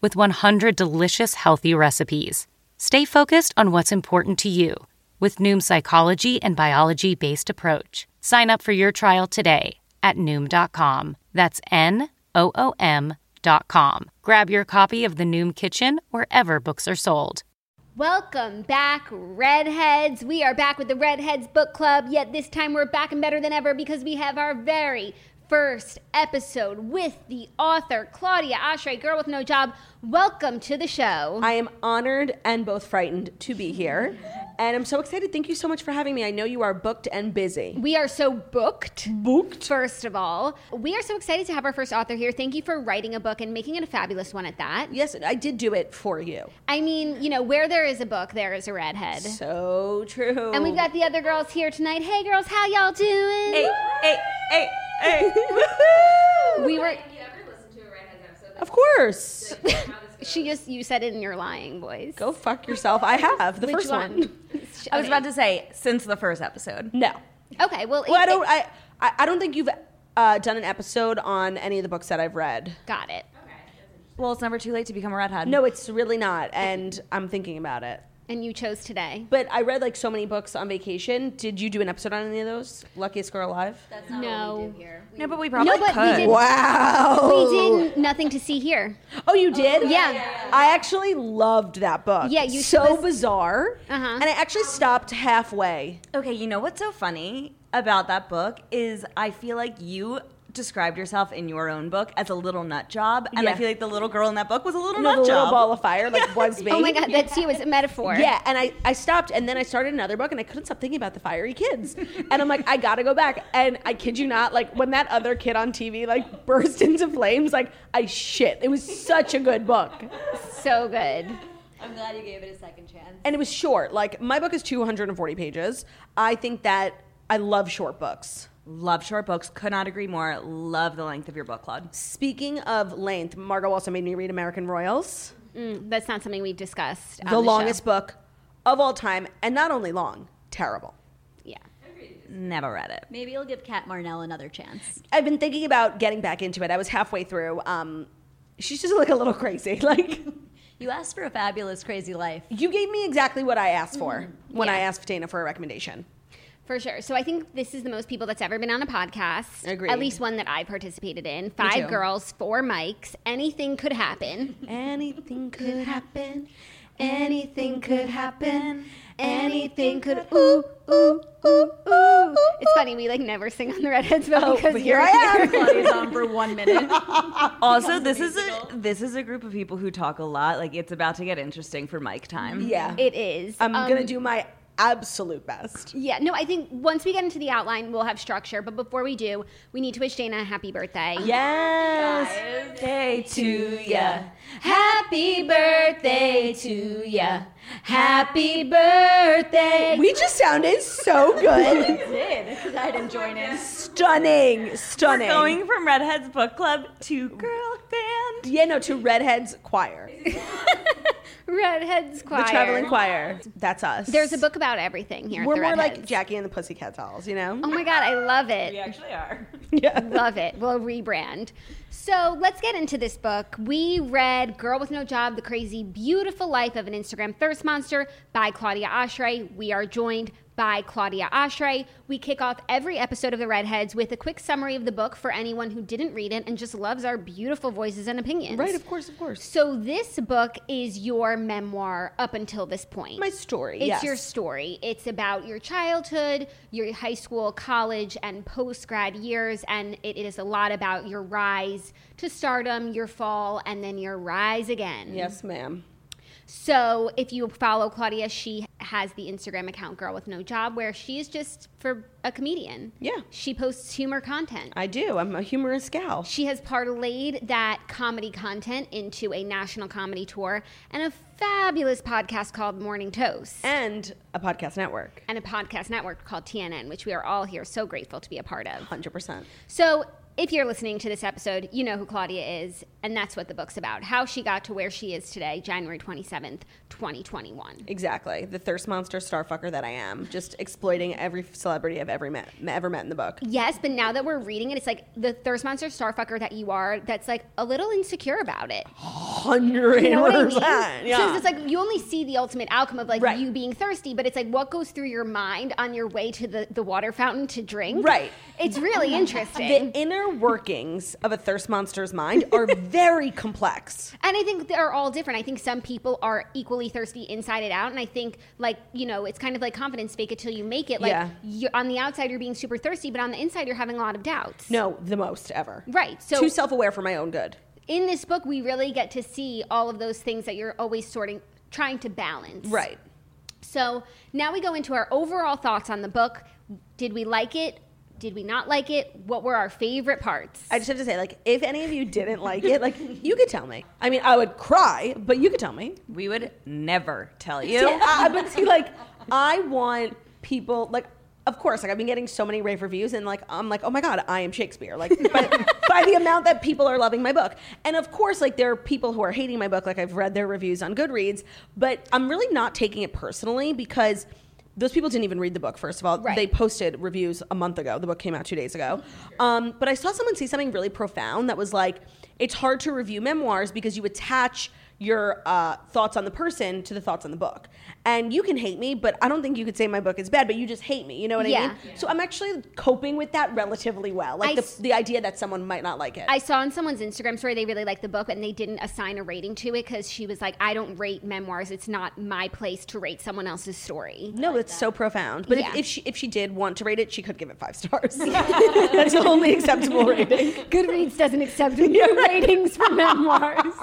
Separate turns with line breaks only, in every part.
with 100 delicious healthy recipes. Stay focused on what's important to you with Noom's psychology and biology based approach. Sign up for your trial today at Noom.com. That's N O O M. Dot com. Grab your copy of The Noom Kitchen wherever books are sold.
Welcome back, Redheads. We are back with the Redheads Book Club, yet this time we're back and better than ever because we have our very first episode with the author, Claudia Ashray, Girl with No Job. Welcome to the show.
I am honored and both frightened to be here. And I'm so excited. Thank you so much for having me. I know you are booked and busy.
we are so booked.
Booked?
First of all, we are so excited to have our first author here. Thank you for writing a book and making it a fabulous one at that.
Yes, I did do it for you.
I mean, you know, where there is a book, there is a redhead.
So true.
And we've got the other girls here tonight. Hey, girls, how y'all doing?
Hey, hey, hey, hey.
We were.
of course.
She just. You said it in your lying voice.
Go fuck yourself. I have the
Which
first one.
I was about to say since the first episode.
No.
Okay. Well,
Well, I
it-
don't. I I, I don't think you've uh, done an episode on any of the books that I've read.
got it.
Well, it's never too late to become a redhead.
No, it's really not. And I'm thinking about it.
And you chose today.
But I read like so many books on vacation. Did you do an episode on any of those? Luckiest Girl Alive.
no.
no, but we probably
No, but we
could.
did-
Wow.
We did nothing to see here.
Oh, you did?
yeah, yeah, yeah.
I actually loved that book.
Yeah, you
so
should lis-
bizarre.
Uh-huh.
And I actually stopped halfway.
Okay, you know what's so funny about that book is I feel like you described yourself in your own book as a little nut job, and I
Yeah.
feel like the little girl in that book was a little
You know,
nut
the little
job.
ball of fire, like was me.
Oh my God, that's you. It's a metaphor.
Yeah, and I, I stopped and then I started another book and I couldn't stop thinking about the fiery kids. And I'm like, I gotta go back. And I kid you not, like when that other kid on TV like burst into flames, like I shit. It was such a good book.
So good.
I'm glad you gave it a second chance.
And it was short. Like my book is 240 pages. I think that I love short books.
Love short books. Could not agree more. Love the length of your book, Claude.
Speaking of length, Margot also made me read American Royals,
Mm, that's not something we've discussed. on
the
show.
longest book of all time, and not only long, terrible.
Yeah.
Never read it.
Maybe you'll give Kat Marnell another chance.
I've been thinking about getting back into it. I was halfway through. Um, she's just like a little crazy. Like
You asked for a fabulous, crazy life.
you gave me exactly what I asked for when I asked Dana for a recommendation.
For sure. So I think this is the most people that's ever been on a podcast.
Agreed.
At least one that I participated in. Five
too.
girls, four mics. Anything could happen.
Anything could happen.
Anything could happen. Anything could. Ooh, ooh, ooh, ooh. It's funny we like never sing on the Redheads, but because
Oh, but here
you're
I am.
Claudia's on for one minute.
Also, this is a this is a group of people who talk a lot. Like it's about to get interesting for mic time.
Yeah,
It is.
I'm
Um,
gonna do my absolute best.
Yeah, no, I think once we get into the outline, we'll have structure. But before we do, we need to wish Dana a happy birthday.
Yes. Day to ya.
Happy birthday to ya. Happy birthday.
We just sounded so good.
did, because I didn't join in.
stunning, stunning.
Going from Redhead's Book Club to Girl Band.
Yeah, no, to Redhead's Choir,
Redheads choir.
the traveling choir. That's us.
There's a book about everything here. at
We're
the
more like
Redheads.
Jackie and the Pussycat Dolls, you know?
Oh my god, I love it.
We actually are.
Yeah.
Love it. We'll rebrand. So let's get into this book. We read Girl with No Job The Crazy Beautiful Life of an Instagram Thirst Monster by Claudia Ashray. We are joined by Claudia Ashray. We kick off every episode of The Redheads with a quick summary of the book for anyone who didn't read it and just loves our beautiful voices and opinions.
Right, of course, of course.
So this book is your memoir up until this point.
My story,
It's
yes.
your story. It's about your childhood, your high school, college, and post grad years, and it is a lot about your rise to stardom, your fall, and then your rise again.
Yes, ma'am.
So if you follow Claudia, she has the Instagram account Girl with No Job, where she's just for a comedian.
Yeah.
She posts humor content.
I do. I'm a humorous gal.
She has parlayed that comedy content into a national comedy tour and a fabulous podcast called Morning Toast
And a podcast network.
and a podcast network called TNN, which we are all here so grateful to be a part of.
100%.
So, if you're listening to this episode, you know who Claudia is, and that's what the book's about how she got to where she is today, January 27th, 2021.
Exactly. The thirst monster starfucker that I am. Just exploiting every celebrity I've ever met, ever met in the book.
Yes, but now that we're reading it, it's like the thirst monster starfucker that you are that's like a little insecure about it.
100%.
You know what I mean?
Yeah.
So it's like you only see the ultimate outcome of like
Right.
you being thirsty, but it's like what goes through your mind on your way to the, the water fountain to drink.
Right.
It's really interesting.
the inner workings of a thirst monster's mind are very complex.
And I think they're all different. I think some people are equally thirsty inside and out. And I think, like, you know, it's kind of like confidence fake it till you make it. Like,
Yeah.
you're, on the outside, you're being super thirsty, but on the inside, you're having a lot of doubts.
No, the most ever.
Right. So,
Too self aware for my own good.
in this book, we really get to see all of those things that you're always sorting, trying to balance.
Right.
So, now we go into our overall thoughts on the book. Did we like it? Did we not like it? What were our favorite parts?
I just have to say, like, if any of you didn't like it, like, you could tell me. I mean, I would cry, but you could tell me.
We would never tell you.
Uh, but see, like, I want people, like, of course, like, I've been getting so many rave reviews, and, like, I'm like, oh my God, I am Shakespeare. Like, by, by the amount that people are loving my book. And of course, like, there are people who are hating my book. Like, I've read their reviews on Goodreads, but I'm really not taking it personally because. Those people didn't even read the book, first of all.
Right.
They posted reviews a month ago. The book came out two days ago. Um, but I saw someone say something really profound that was like, it's hard to review memoirs because you attach your uh, thoughts on the person to the thoughts on the book. And you can hate me, but I don't think you could say my book is bad, but you just hate me. You know what I
Yeah.
mean? So I'm actually coping with that relatively well. Like
I
the,
s-
the idea that someone might not like it.
I saw on someone's Instagram story they really liked the book and they didn't assign a rating to it because she was like, I don't rate memoirs. It's not my place to rate someone else's story.
no, it's so profound. But
Yeah.
if, if she if she did want to rate it, she could give it five stars. That's the only acceptable rating.
Goodreads doesn't accept new ratings for memoirs.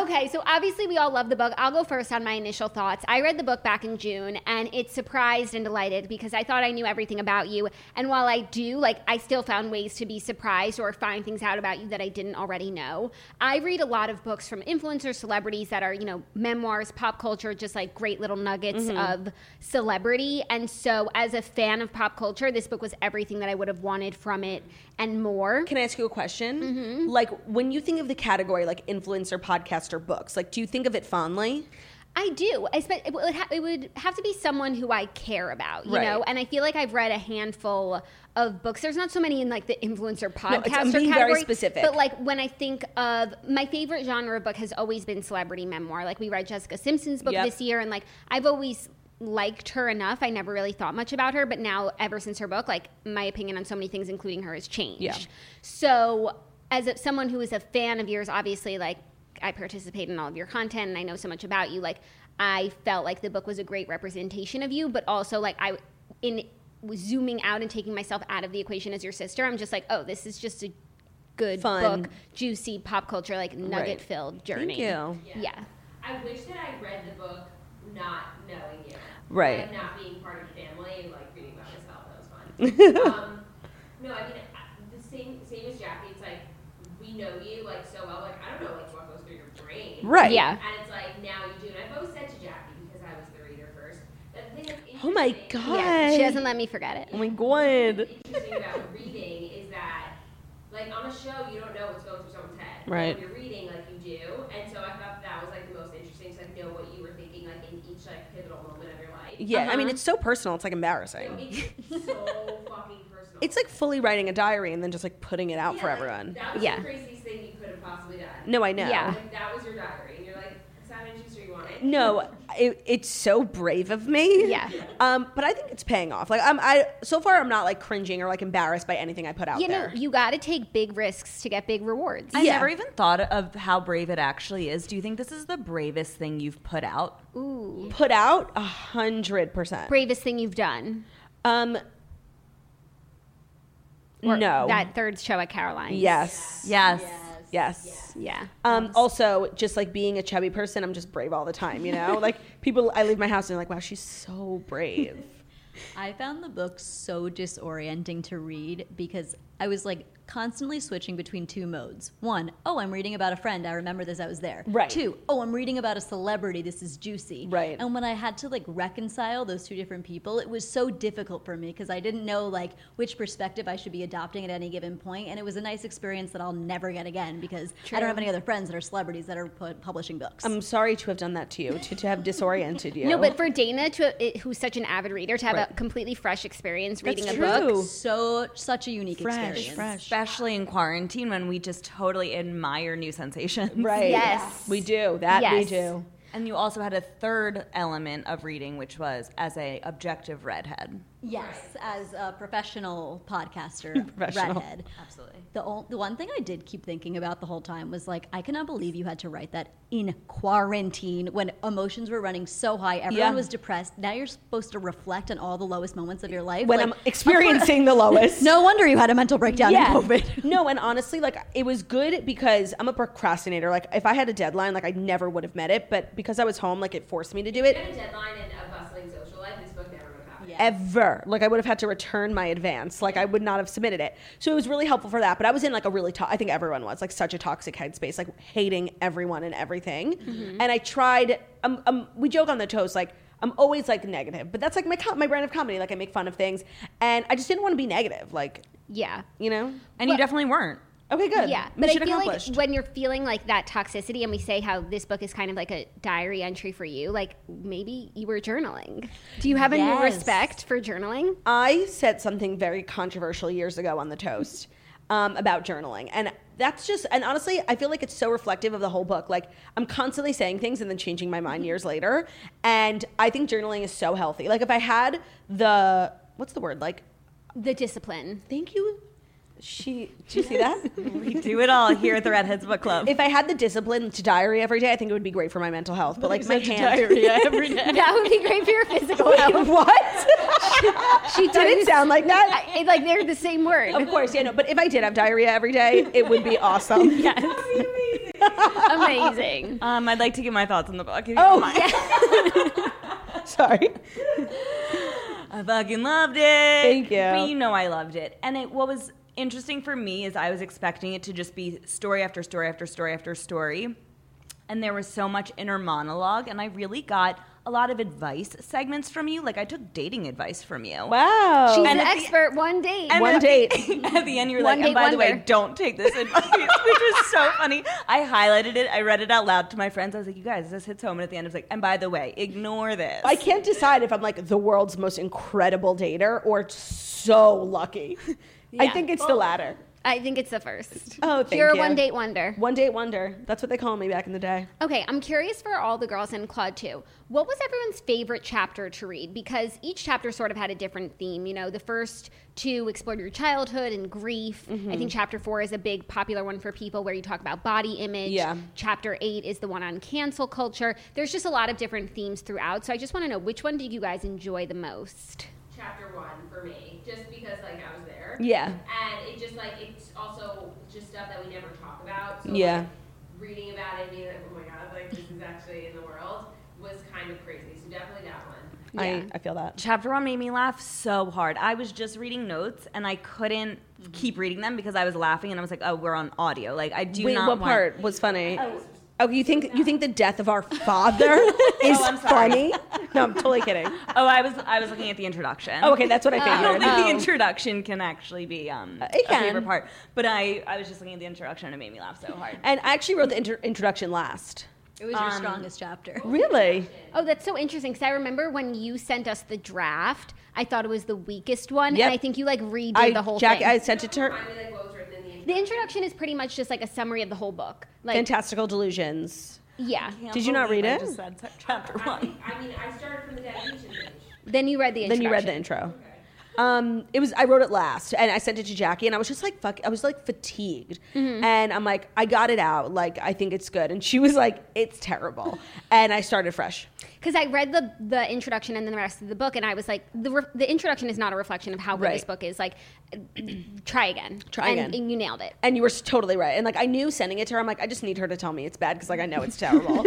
okay, so obviously we all love the book. I'll go first on my initial thoughts. I read the book back in June and it surprised and delighted because I thought I knew everything about you. And while I do, like, I still found ways to be surprised or find things out about you that I didn't already know. I read a lot of books from influencers, celebrities that are, you know, memoirs, pop culture, just like great little nuggets of celebrity. And so as a fan of pop culture, this book was everything that I would have wanted from it and more.
Can I ask you a question?
Mm-hmm.
Like, when you think of the category, like influencer, podcaster, books, like, do you think of it fondly?
I do. I spe- it, would ha- it would have to be someone who I care about, you
Right.
know. And I feel like I've read a handful of books. There's not so many in like the influencer
I'm
podcaster
being very
category,
specific.
But like when I think of my favorite genre of book has always been celebrity memoir. Like we read Jessica Simpson's book
Yep.
this year, and like I've always liked her enough. I never really thought much about her, but now ever since her book, like my opinion on so many things, including her, has changed.
Yeah.
So, as a, someone who is a fan of yours, obviously, like I participate in all of your content and I know so much about you, like I felt like the book was a great representation of you, but also like I in zooming out and taking myself out of the equation as your sister, I'm just like, oh, this is just a good
Fun.
book, juicy pop culture, like nugget filled journey.
you.
Yeah.
I wish that I read the book not knowing you.
Right.
And not being part of the family and like reading by myself. That was fun. um, no, I mean, I- the same, same as Jackie, it's like, we know you like so well. Like, I don't know like, what goes through your brain.
Right.
Yeah.
And it's like, now you do. And I've always said to Jackie, because I was the reader first, that the thing that's
Oh my
interesting-
God.
Yeah. She doesn't let me forget it.
Oh my God.
interesting about reading is that, like on a show, you don't know what's going through someone's head. But
Right.
When you're reading, like you do, and so I thought that was like the most interesting to like know what you were thinking, like in each like pivotal moment of your life.
Yeah,
Uh-huh.
I mean, it's so personal, it's like embarrassing.
It's so fucking personal.
It's like fully writing a diary and then just like putting it out
Yeah,
for
like,
everyone.
That was
Yeah.
the craziest thing you could have possibly done.
No, I know.
Yeah.
Like that was your diary, and you're like, Simon and Schuster, you want it?
no, it, it's so brave of me.
Yeah.
Um, but I think it's paying off. Like I'm, I so far I'm not like cringing or like embarrassed by anything I put out
You know,
there.
you got to take big risks to get big rewards.
I
Yeah.
never even thought of how brave it actually is. Do you think this is the bravest thing you've put out?
Ooh,
Put out a hundred percent.
bravest thing you've done.
Um. no.
That third show at Caroline.
yes.
Yes.
Yes.
Yeah.
Um, also, just like being a chubby person, I'm just brave all the time, you know? like, people, I leave my house and they're like, wow, she's so brave.
I found the book so disorienting to read because I was like constantly switching between two modes. One, oh, I'm reading about a friend. I remember this. I was there.
Right.
Two, oh, I'm reading about a celebrity. This is juicy.
Right.
And when I had to like reconcile those two different people, it was so difficult for me because I didn't know like which perspective I should be adopting at any given point. And it was a nice experience that I'll never get again because I don't have any other friends that are celebrities that are pu- publishing books.
I'm sorry to have done that to you, to, to have disoriented you.
No, but for Dana, to it, who's such an avid reader, to have a completely fresh experience reading a book.
true.
so such a unique
Fresh,
experience.
fresh.
Especially in quarantine when we just totally admire new sensations.
Right.
Yes.
We do. That we
Yes.
do.
And you also had a third element of reading, which was as a objective redhead.
Yes, as a professional podcaster,
Professional.
redhead.
Absolutely.
The, ol- the one thing I did keep thinking about the whole time was like, I cannot believe you had to write that in quarantine when emotions were running so high.
Yeah.
Everyone was depressed. Now you're supposed to reflect on all the lowest moments of your life.
When
Like,
I'm experiencing the lowest.
no wonder you had a mental breakdown in COVID.
no, and honestly, like it was good because I'm a procrastinator. Like if I had a deadline, like I never would have met it. But because I was home, like it forced me to do
I had
it
a deadline and a bustling social life. This book never would have happened.
ever. Like I would have had to return my advance. Like I would not have submitted it. So it was really helpful for that. But I was in like a really to- I think everyone was like such a toxic headspace, like hating everyone and everything.
Mm-hmm.
And I tried. Um, um, we joke on the toast like. I'm always like negative, but that's like my co- my brand of comedy. Like I make fun of things, and I just didn't want to be negative. Like
Yeah.
you know,
And you definitely weren't.
Okay, good.
Yeah, but I
Mission
feel like
accomplished.
when you're feeling like that toxicity, and we say how this book is kind of like a diary entry for you, like maybe you were journaling. Do you have a new
Yes.
respect for journaling?
I said something very controversial years ago on the toast um, about journaling, and that's just and honestly, I feel like it's so reflective of the whole book. Like I'm constantly saying things and then changing my
Mm-hmm.
mind years later, and I think journaling is so healthy. Like if I had the what's the word like
The discipline.
thank you. She, do you see that?
Mm-hmm.
We do it all here at the Redheads Book Club.
if I had the discipline to diary every day, I think it would be great for my mental health. But like my hand,
every day.
That would be great for your physical health.
what?
She
Did it
does.
sound like that?
I- it- like they're the same word.
Of course, yeah, no. But if I did have diarrhea every day, it would be awesome.
Amazing.
Um, I'd like to give my thoughts on the book.
Oh, sorry.
I fucking loved it.
Thank you.
But you know I loved it. And it, what was interesting for me is I was expecting it to just be story after story after story after story. And there was so much inner monologue, and I really got a lot of advice segments from you. Like I took dating advice from you.
Wow.
She's
And
an
at the-
expert. one date.
And
One
at the-
date.
at the end, you were
One
like,
date
and by the way,
wonder."
don't take this advice, which was so funny. I highlighted it. I read it out loud to my friends. I was like, you guys, this hits home. And at the end, I was like, and by the way, ignore this.
I can't decide if I'm like the world's most incredible dater or so lucky. I think it's the latter.
I think it's the first.
Oh, thank
You're a
you.
one date wonder.
One date wonder. That's what they called me back in the day.
Okay, I'm curious for all the girls in Claude too. What was everyone's favorite chapter to read? Because each chapter sort of had a different theme. You know, the first two explored your childhood and grief. I
Mm-hmm.
think chapter four is a big popular one for people where you talk about body image.
Yeah.
Chapter eight is the one on cancel culture. There's just a lot of different themes throughout. So I just want to know which one did you guys enjoy the most?
Chapter one for me, just because like I was there.
Yeah.
And it just like it's also just stuff that we never talk about. So, like,
Yeah.
reading about it, and being like, oh my god, like this is actually in the world was kind of crazy. So definitely that one.
I, I feel that.
Chapter one made me laugh so hard. I was just reading notes and I couldn't keep reading them because I was laughing and I was like, oh, we're on audio. Like, I do
Mm-hmm. Wait,
not
what
want-
part was funny? Oh, you think you think the death of our father is funny? No, I'm totally kidding.
Oh, I was I was looking at the introduction.
Oh, okay, that's what I
I don't
figured.
think the introduction can actually be um,
it
a
can.
favorite part. But I, I was just looking at the introduction and it made me laugh so hard.
And I actually wrote the inter- introduction last.
It was your strongest chapter.
Really?
Oh, that's so interesting. Because I remember when you sent us the draft, I thought it was the weakest one,
Yep.
and I think you like redid
I,
the whole
Jack,
thing.
I sent it to her.
Finally, like what was written in the
The introduction is pretty much just like a summary of the whole book. Like
Fantastical Delusions.
Yeah.
Can't
Did you not
believe
read
I
it?
just said se- chapter
I,
one.
think- I mean, I started from the dedication page.
Then you read the
Then
introduction.
you read the intro. Um, it was I wrote it last and I sent it to Jackie and I was just like fuck I was like fatigued and I'm like I got it out like I think it's good and she was like it's terrible and I started fresh.
because I read the the introduction and then the rest of the book, and I was like, the re- the introduction is not a reflection of how good this
Right.
book is. Like, try again,
Try
And-
again.
and you nailed it.
And you were s- totally right. And like I knew sending it to her, I'm like, I just need her to tell me it's bad because like I know it's terrible.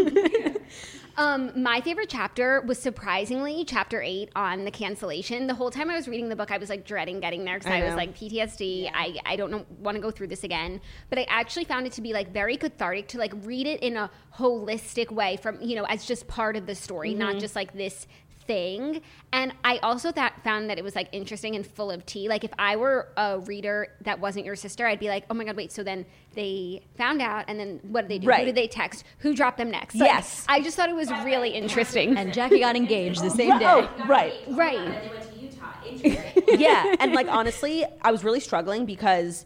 Um, my favorite chapter was surprisingly chapter eight on the cancellation. The whole time I was reading the book, I was like dreading getting there because
I
I, was
know.
like PTSD. I, I don't know, want to go through this again. But I actually found it to be like very cathartic to like read it in a holistic way from, you know, as just part of the story,
Mm-hmm.
not just like this thing. And I also that found that it was like interesting and full of tea. Like if I were a reader that wasn't your sister, I'd be like, oh my God, wait. So then they found out and then what did they do?
Right.
Who did they text? Who dropped them next? Like,
Yes.
I just thought it was really interesting.
And Jackie got engaged the same day.
oh, right.
And
Right.
then they went to Utah. Interesting.
yeah and like honestly i was really struggling because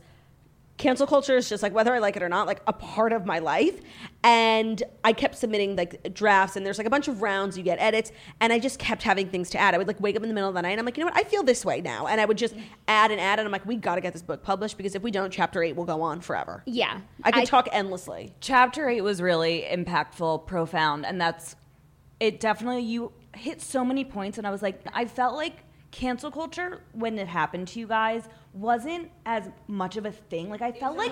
cancel culture is just like whether i like it or not like a part of my life and i kept submitting like drafts and there's like a bunch of rounds you get edits and i just kept having things to add i would like wake up in the middle of the night and i'm like you know what i feel this way now and i would just add and add and i'm like we gotta get this book published because if we don't chapter 8 will go on forever
Yeah.
i could talk endlessly
chapter eight was really impactful, profound, and that's it. Definitely, you hit so many points, and I was like, I felt like cancel culture when it happened to you guys wasn't as much of a thing. Like I felt like,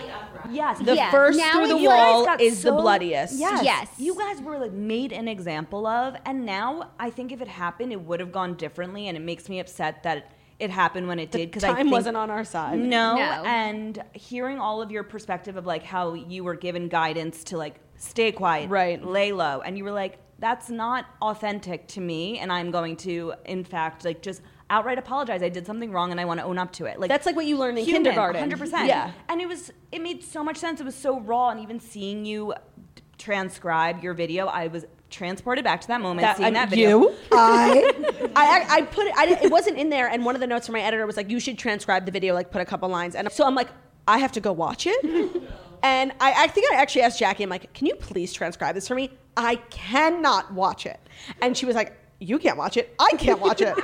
yes,
the
Yeah.
first
Now
through
it's
the
like-
you guys
wall
got
is the
so-
bloodiest
Yes,
Yes.
You guys were like made an example of, and now I think if it happened, it would have gone differently, and it makes me upset that it happened when it did because I
time
think-
wasn't on our side
No,
No.
and hearing all of your perspective of like how you were given guidance to like stay quiet,
Right.
lay low, and you were like, that's not authentic to me, and I'm going to, in fact, like just outright apologize. I did something wrong, and I want to own up to it. Like
That's like what you learn in kindergarten.
hundred percent.
Yeah.
and it was it made so much sense. It was so raw, and even seeing you transcribe your video, I was transported back to that moment, seeing
I-
that video.
uh, You, I, I, I put it. I, didn't- it wasn't in there, and one of the notes from my editor was like, "You should transcribe the video, like put a couple lines." And so I'm like, I have to go watch it. and I, I think I actually asked Jackie, I'm like, "Can you please transcribe this for me? I cannot watch it." And she was like. You can't watch it. I can't watch it.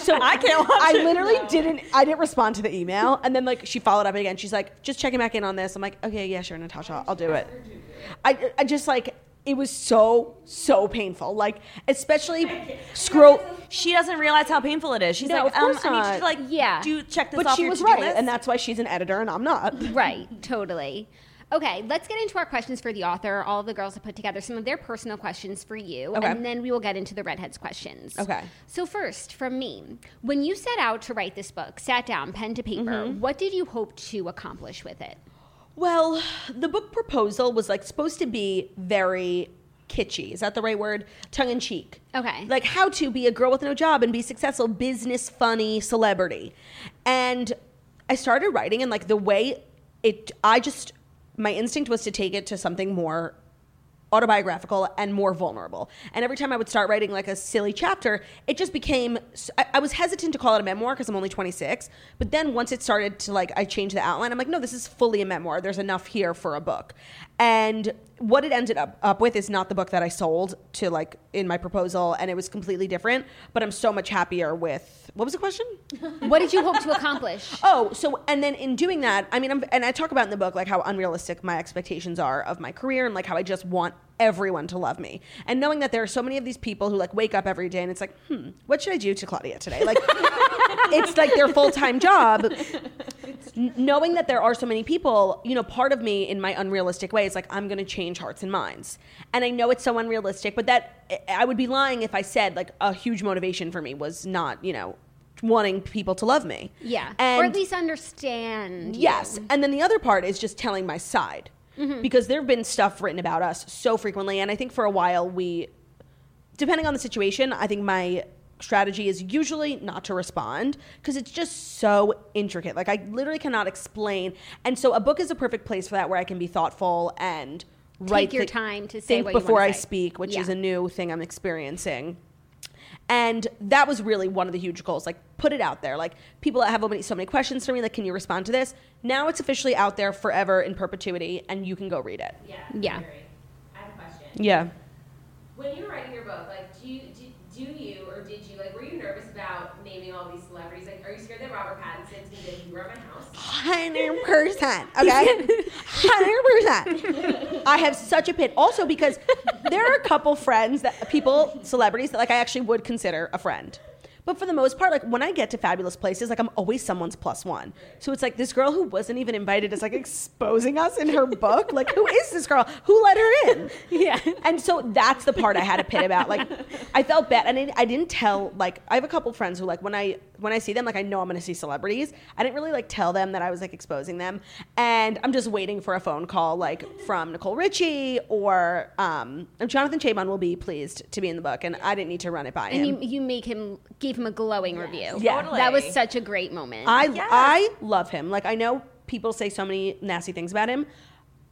So I can't watch I literally didn't. I didn't respond to the email, and then like she followed up again. She's like, "Just checking back in on this." I'm like, "Okay, yeah, sure, Natasha, I'll do it." I, I just like it was so so painful. Like especially scroll.
She doesn't realize how painful it is. She's
No,
like,
of
um,
course
I need you
not.
to like,
Yeah.
do check this
But
off
she
your
was
to-do
right,
list.
and that's why she's an editor and I'm not.
Right. Totally. Okay, let's get into our questions for the author. All the girls have put together some of their personal questions for you,
Okay.
and then we will get into the redheads' questions.
Okay.
So first, from me, when you set out to write this book, sat down, pen to paper,
Mm-hmm.
what did you hope to accomplish with it?
Well, the book proposal was like supposed to be very kitschy. Is that the right word? Tongue in cheek.
Okay.
Like how to be a girl with no job and be successful, business funny celebrity. And I started writing and like the way it I just my instinct was to take it to something more autobiographical and more vulnerable. And every time I would start writing like a silly chapter, it just became. I, I was hesitant to call it a memoir because I'm only 26. But then once it started to like, I changed the outline. I'm like, no, this is fully a memoir. There's enough here for a book. And what it ended up up with is not the book that I sold to like in my proposal, and it was completely different. But I'm so much happier with. What was the question?
What did you hope to accomplish?
Oh, so and then in doing that, I mean, I'm, and I talk about in the book like how unrealistic my expectations are of my career and like how I just want everyone to love me. And knowing that there are so many of these people who like wake up every day and it's like, hmm, what should I do to Claudia today? Like, it's like their full time job. N- knowing that there are so many people, you know, part of me in my unrealistic way is like, I'm going to change hearts and minds. And I know it's so unrealistic, but that eh, I- I would be lying if I said like a huge motivation for me was not, you know, wanting people to love me.
Yeah.
And
or at least understand. you. Mm-hmm.
Yes. And then the other part is just telling my side. Because there have been stuff written about us so frequently. And I think for a while, we, depending on the situation, I think my strategy is usually not to respond because it's just so intricate. Like, I literally cannot explain. And so, a book is a perfect place for that where I can be thoughtful and write
your
thi-
time to say
think
what you wanna
before I
say.
speak, which is
Yeah.
a new thing I'm experiencing. And that was really one of the huge goals. Like, put it out there. Like, people that have so many, so many questions for me, like, can you respond to this? Now it's officially out there forever in perpetuity, and you can go read it.
Yeah.
Yeah.
I have a question.
Yeah.
When you were writing your book, like, do you, do, do you or did you, like, were you nervous about naming all these celebrities? Like, are you scared that Robert Pattinson's gonna be like, you were at my house?
hundred percent. Okay, hundred percent. I have such a pit. Also, because there are a couple friends that people, celebrities that like I actually would consider a friend. But for the most part, like when I get to fabulous places, like I'm always someone's plus one. So it's like this girl who wasn't even invited is like exposing us in her book. Like, who is this girl? Who let her in?
Yeah.
And so that's the part I had a pit about. Like, I felt bad, and I, I didn't tell. Like, I have a couple friends who, like, when I when I see them, like, I know I'm gonna see celebrities. I didn't really like tell them that I was like exposing them, and I'm just waiting for a phone call, like, from Nicole Richie or um, Jonathan Chabon will be pleased to be in the book, and I didn't need to run it by him.
And you, you make him give him a glowing review.
Yeah.
That was
Totally.
such a great moment.
I I love him. Like I know people say so many nasty things about him,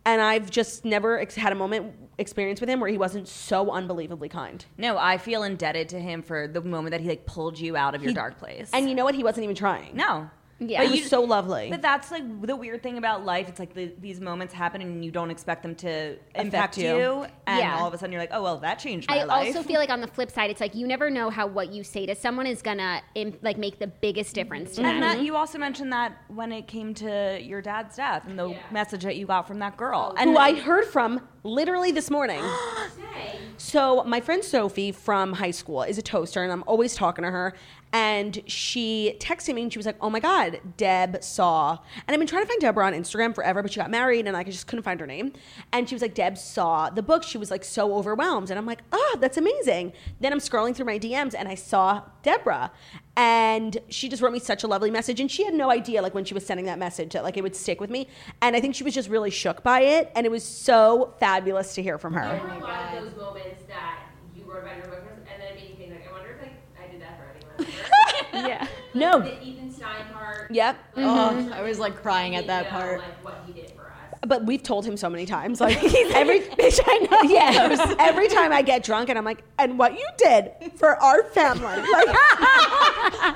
and I've just never ex- had a moment experience with him where he wasn't so unbelievably kind.
No, I feel indebted to him for the moment that he like pulled you out of your dark place.
And you know what? He wasn't even trying.
no,
Yeah.
but
But
he was so lovely.
But that's like the weird thing about life. It's like the, these moments happen and you don't expect them to impact
you.
you. And
Yeah.
all of a sudden you're like, oh, well, that changed my
I
life.
also feel like on the flip side, it's like you never know how what you say to someone is gonna im- like make the biggest difference to them.
and that, you also mentioned that when it came to your dad's death and the message that you got from that girl. and
who I heard from literally this morning.
Say,
So my friend Sophie from high school is a toaster, and I'm always talking to her. And she texted me, and she was like, "Oh my god, Deb saw." And I've been trying to find Deborah on Instagram forever, but she got married, and like, I just couldn't find her name. And she was like, "Deb saw the book." She was like so overwhelmed, and I'm like, "Oh, that's amazing." Then I'm scrolling through my DMs, and I saw Deborah, and she just wrote me such a lovely message. And she had no idea, like when she was sending that message, that like it would stick with me. And I think she was just really shook by it, and it was so fabulous to hear from her.
there were a lot of those moments that you wrote about in your book, and then it made you think, like, I wonder if like, I did that for anyone.
yeah.
No.
the Ethan Stein part.
Yep.
Oh, I was like crying at that
you know,
part.
Like what he did for us.
But we've told him so many times. Like every bitch I know. Yeah. every time I get drunk and I'm like, and what you did for our family. Like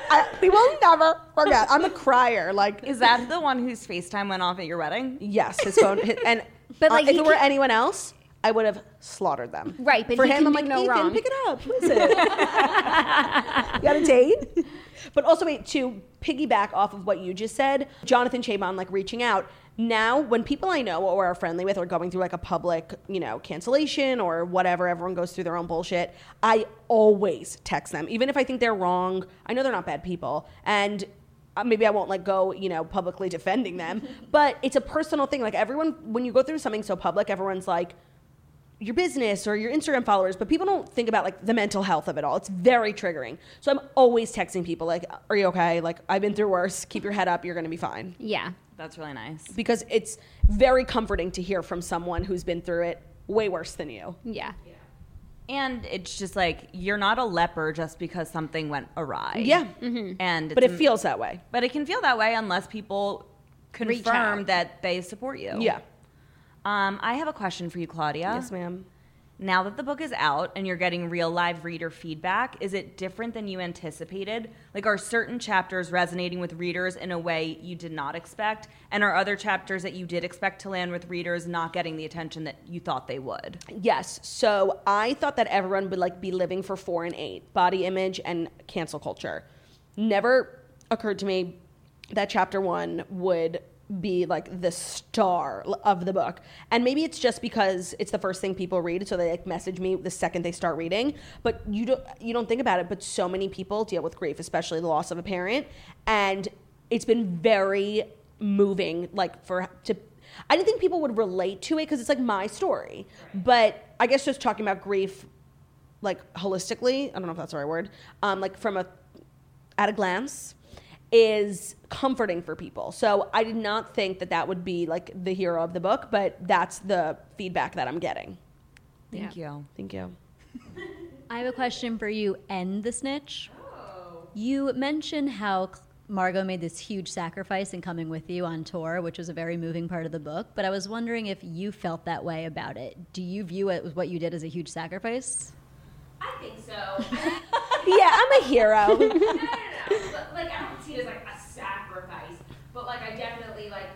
I, we will never forget. I'm a crier. Like
Is that the one whose FaceTime went off at your wedding?
yes, his phone his, and
But,
uh,
like,
if
he
it were
can't-
anyone else, I would have slaughtered them.
Right, but
for
he
him,
can
I'm
do
like,
no
Ethan,
wrong."
pick it up. What is it? you got a date? But also, wait, to piggyback off of what you just said, Jonathan Chabon, like reaching out. Now, when people I know or are friendly with are going through like a public, you know, cancellation or whatever, everyone goes through their own bullshit, I always text them. Even if I think they're wrong, I know they're not bad people. And uh, maybe I won't like go, you know, publicly defending them, but it's a personal thing. Like everyone, when you go through something so public, everyone's like, your business or your Instagram followers, but people don't think about like the mental health of it all. It's very triggering. So I'm always texting people like, "Are you okay? Like I've been through worse. Keep your head up. You're going to be fine."
Yeah.
That's really nice.
Because it's very comforting to hear from someone who's been through it way worse than you.
Yeah.
And it's just like you're not a leper just because something went awry.
Yeah.
And
But
it's
it
am-
feels that way.
but it can feel that way unless people confirm
out.
that they support you.
Yeah.
Um, I have a question for you, Claudia.
Yes, ma'am.
Now that the book is out and you're getting real live reader feedback, is it different than you anticipated? Like, are certain chapters resonating with readers in a way you did not expect? And are other chapters that you did expect to land with readers not getting the attention that you thought they would?
Yes. So I thought that everyone would like be living for four and eight body image and cancel culture. Never occurred to me that chapter one would be like the star l- of the book. And maybe it's just because it's the first thing people read, so they like message me the second they start reading. But you don't you don't think about it, but so many people deal with grief, especially the loss of a parent. And it's been very moving, like for to I didn't think people would relate to it because it's like my story. But I guess just talking about grief, like holistically, I don't know if that's the right word, um, like from a at a glance, is comforting for people. So I did not think that that would be like the hero of the book, but that's the feedback that I'm getting.
Thank you.
Thank you.
I have a question for you and the snitch. You mentioned how Cl- Margot made this huge sacrifice in coming with you on tour, which was a very moving part of the book. But I was wondering if you felt that way about it. Do you view it what you did as a huge sacrifice?
I think so. I mean,
Yeah, I'm a hero.
no, no, no, no. But, like I don't see it as like a sacrifice, but like I definitely like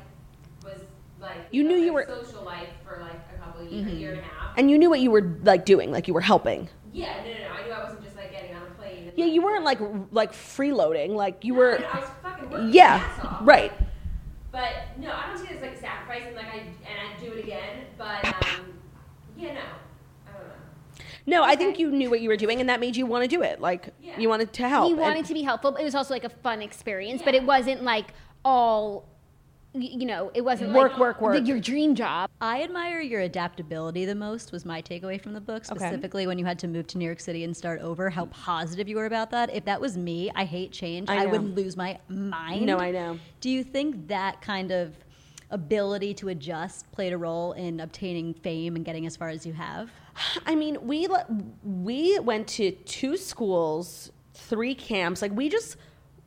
was like
You knew
my
you were-
Mm-hmm.
social life for like a couple of years, a year and a half.
And you knew what you were like doing, like you were helping.
Yeah, no, no, no. I knew I wasn't just like getting on a plane. And,
Yeah, you weren't like r- like freeloading, like you were.
I was fucking working
Yeah,
my ass off.
right.
But no, I don't see it as like a sacrifice, and like I and I do it again. But um, yeah, no, I don't know.
No, I think you knew what you were doing, and that made you want to do it. Like
Yeah.
you wanted to help.
He
and-
wanted to be helpful. It was also like a fun experience, but it wasn't like all, y- you know, it wasn't
Work,
like
work, work.
the- your dream job.
I admire your adaptability the most was my takeaway from the book, specifically when you had to move to New York City and start over, how positive you were about that. If that was me, I hate change.
Mm. I
I,
know.
would lose my mind.
No, I know.
Do you think that kind of ability to adjust played a role in obtaining fame and getting as far as you have?
I mean, we le- we went to two schools, three camps. Like we just,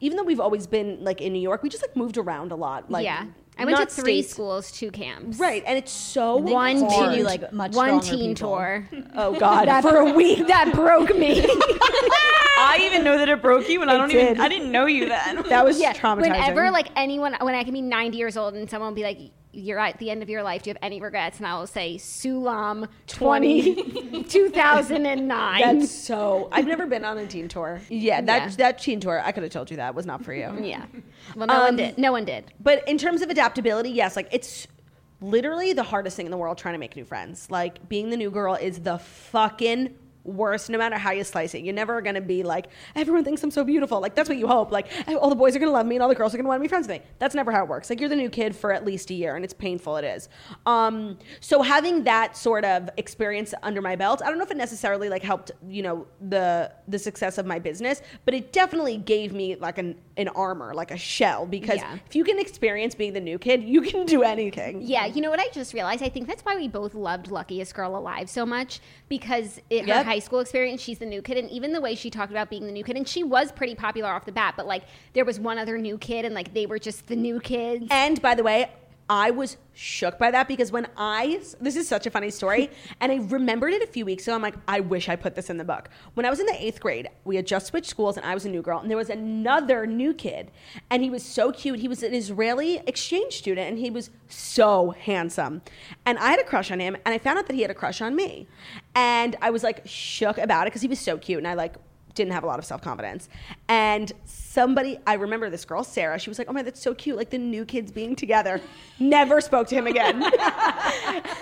even though we've always been like in New York, we just like moved around a lot. Like
yeah. I went to
not
three
states-
schools, two camps.
Right, and it's so
One
hard.
made
teen,
you, like, much
one
stronger
teen
people.
tour.
oh god for a week.
that broke me.
I even know that it broke you, and I don't
did.
even. I didn't know you then.
That was
yeah,
traumatizing.
whenever like anyone, when I can be 90 years old and someone will be like, "You're at the end of your life. Do you have any regrets?" and I will say, "Sulam 20, 2009."
That's so. I've never been on a teen tour. Yeah, that
Yeah.
that teen tour. I could have told you that was not for you.
yeah. Well, no one did. No one did.
But in terms of adaptability, yes, like it's literally the hardest thing in the world trying to make new friends. Like being the new girl is the fucking worst no matter how you slice it. You're never going to be like everyone thinks I'm so beautiful. Like that's what you hope. Like "Oh, all the boys are going to love me and all the girls are going to want to be friends with me. That's never how it works. Like you're the new kid for at least a year and it's painful it is. Um so having that sort of experience under my belt, I don't know if it necessarily like helped, you know, the the success of my business, but it definitely gave me like an an armor, like a shell because
Yeah.
if you can experience being the new kid, you can do anything.
Yeah, you know what I just realized? I think that's why we both loved Luckiest Girl Alive so much because it, her
Yep.
high school experience, she's the new kid, and even the way she talked about being the new kid, and she was pretty popular off the bat, but like there was one other new kid, and like they were just the new kids.
And by the way, I was shook by that because when I this is such a funny story, and I remembered it a few weeks ago. I'm like, I wish I put this in the book. When I was in the eighth grade, we had just switched schools, and I was a new girl, and there was another new kid, and he was so cute. He was an Israeli exchange student, and he was so handsome, and I had a crush on him, and I found out that he had a crush on me, and I was like shook about it because he was so cute, and I like didn't have a lot of self confidence. And somebody, I remember this girl, Sarah, she was like, Oh my, that's so cute. Like the new kids being together. Never spoke to him again.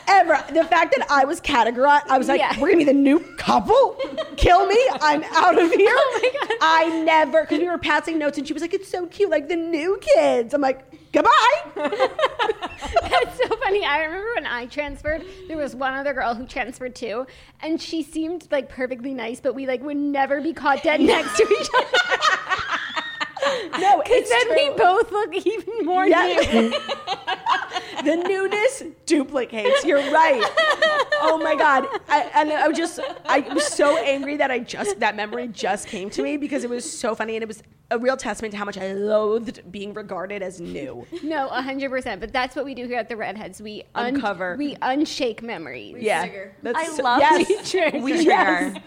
Ever. The fact that I was categorized, I was like,
Yeah.
We're gonna be the new couple? Kill me. I'm out of here.
Oh
I never, because we were passing notes and she was like, It's so cute. Like the new kids. I'm like, Goodbye.
That's so funny. I remember when I transferred, there was one other girl who transferred too, and she seemed like perfectly nice, but we like would never be caught dead next to each other.
no,
Because
it's
then
true.
we both look even more
Yeah.
new.
the newness duplicates. You're right. Oh my god! I, and I was just, I was so angry that I just that memory just came to me because it was so funny and it was a real testament to how much I loathed being regarded as new.
No, hundred percent. But that's what we do here at the Redheads. We un-
Uncover.
we unshake memories.
Yeah,
trigger.
That's
I
so-
love
yes.
we
Yes.
trigger.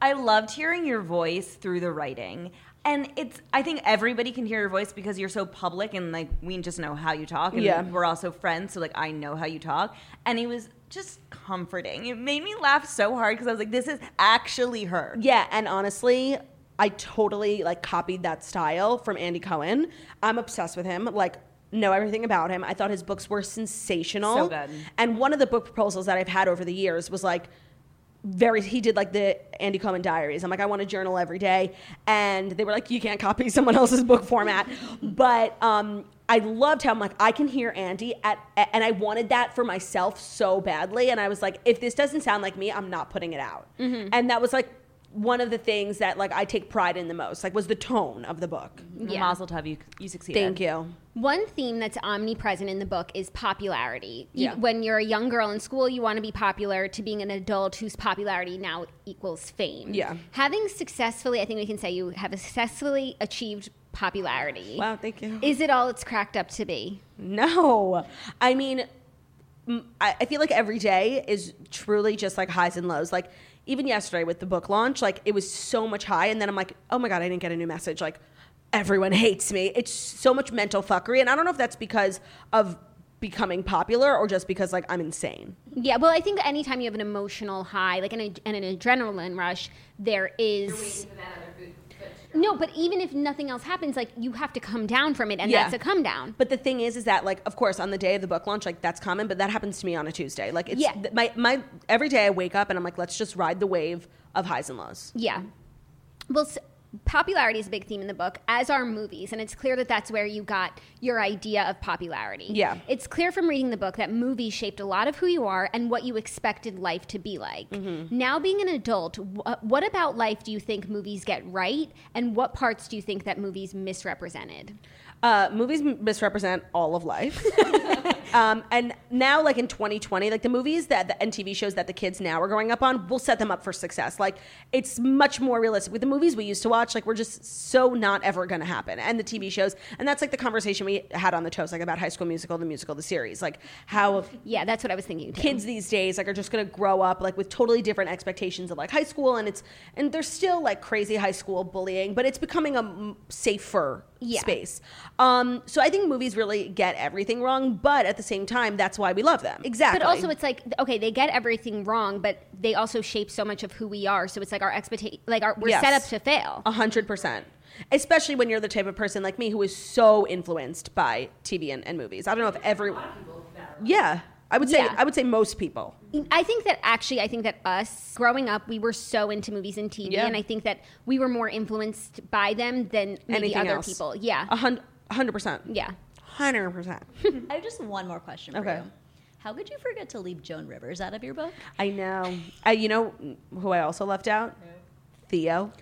I loved hearing your voice through the writing. And it's I think everybody can hear your voice because you're so public and like we just know how you talk and
Yeah.
we're also friends so like I know how you talk and it was just comforting. It made me laugh so hard because I was like this is actually her.
Yeah, and honestly, I totally like copied that style from Andy Cohen. I'm obsessed with him. Like know everything about him. I thought his books were sensational.
So good.
And one of the book proposals that I've had over the years was like very he did like the Andy Cohen diaries. I'm like I want to journal every day and they were like you can't copy someone else's book format. But um I loved how I'm like I can hear Andy at and I wanted that for myself so badly and I was like if this doesn't sound like me I'm not putting it out. And that was like one of the things that like I take pride in the most like was the tone of the book.
Yeah.
Yeah.
Mazel tov, you you succeeded.
Thank you.
One theme that's omnipresent in the book is popularity. You-
Yeah.
when you're a young girl in school, you want to be popular to being an adult whose popularity now equals fame.
Yeah.
Having successfully, I think we can say you have successfully achieved popularity.
Wow, thank you.
Is it all it's cracked up to be?
No. I mean, m- I, I feel like every day is truly just like highs and lows. Like, even yesterday with the book launch, like, it was so much high. And then I'm like, oh my God, I didn't get a new message. Like, everyone hates me. It's so much mental fuckery. And I don't know if that's because of becoming popular or just because like I'm insane.
Yeah, well, I think anytime you have an emotional high, like an, ad- and an adrenaline rush, there is. No, but even if nothing else happens, like you have to come down from it, and
Yeah.
that's a come down.
But the thing is, is that like, of course, on the day of the book launch, like that's common, but that happens to me on a Tuesday. Like, it's
Yeah.
th- my my every day I wake up and I'm like, let's just ride the wave of highs and lows.
Yeah. Well, s popularity is a big theme in the book, as are movies, and it's clear that that's where you got your idea of popularity.
Yeah.
It's clear from reading the book that movies shaped a lot of who you are and what you expected life to be like.
Mm-hmm.
Now, being an adult, wh- uh, what about life do you think movies get right, and what parts do you think that movies misrepresented?
Uh, movies m- misrepresent all of life. um, and now, like in 2020, like the movies that the, and TV shows that the kids now are growing up on will set them up for success. Like it's much more realistic. With the movies we used to watch, like we're just so not ever going to happen. And the TV shows, and that's like the conversation we had on the toast, like about High School Musical, the musical, the series, like how
Yeah, that's what I was thinking. Too.
kids these days like are just going to grow up like with totally different expectations of like high school and it's and there's still like crazy high school bullying but it's becoming a m- safer
Yeah.
space um so i think movies really get everything wrong but at the same time that's why we love them exactly
But also, it's like th- okay, they get everything wrong, but they also shape so much of who we are. So it's like our expectation, like our, we're
Yes.
set up to fail.
a hundred percent especially when you're the type of person like me who is so influenced by tv and, and movies i don't know if everyone yeah i would say
Yeah.
i would say most people
I think that actually, I think that us growing up, we were so into movies and TV,
Yeah.
and I think that we were more influenced by them than maybe
anything
other
else Uh-huh.
people. Yeah,
a hun- a hundred percent
yeah.
hundred percent
I have just one more question for
Okay.
you. How could you forget to leave Joan Rivers out of your book?
I know. I, you know who I also left out? Theo.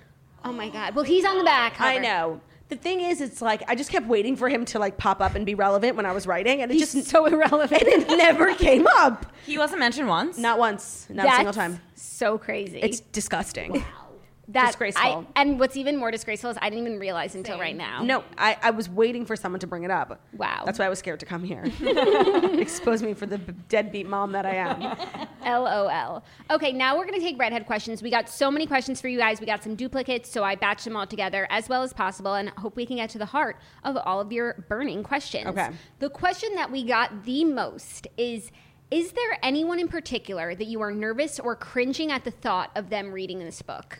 Oh my God. Well, he's on the back. Cover.
I know. The thing is, it's like I just kept waiting for him to like pop up and be relevant when I was writing, and it
He's
just
so irrelevant.
and it never came up.
He wasn't mentioned once.
Not once. Not
That's
a single time.
So crazy.
It's disgusting.
That-
disgraceful.
I, and what's even more disgraceful is I didn't even realize until right now.
No, I, I was waiting for someone to bring it up.
Wow.
That's why I was scared to come here. Expose me for the b- deadbeat mom that I am.
LOL. Okay, now we're going to take redhead questions. We got so many questions for you guys. We got some duplicates, so I batched them all together as well as possible and hope we can get to the heart of all of your burning questions.
Okay.
The question that we got the most is Is there anyone in particular that you are nervous or cringing at the thought of them reading this book?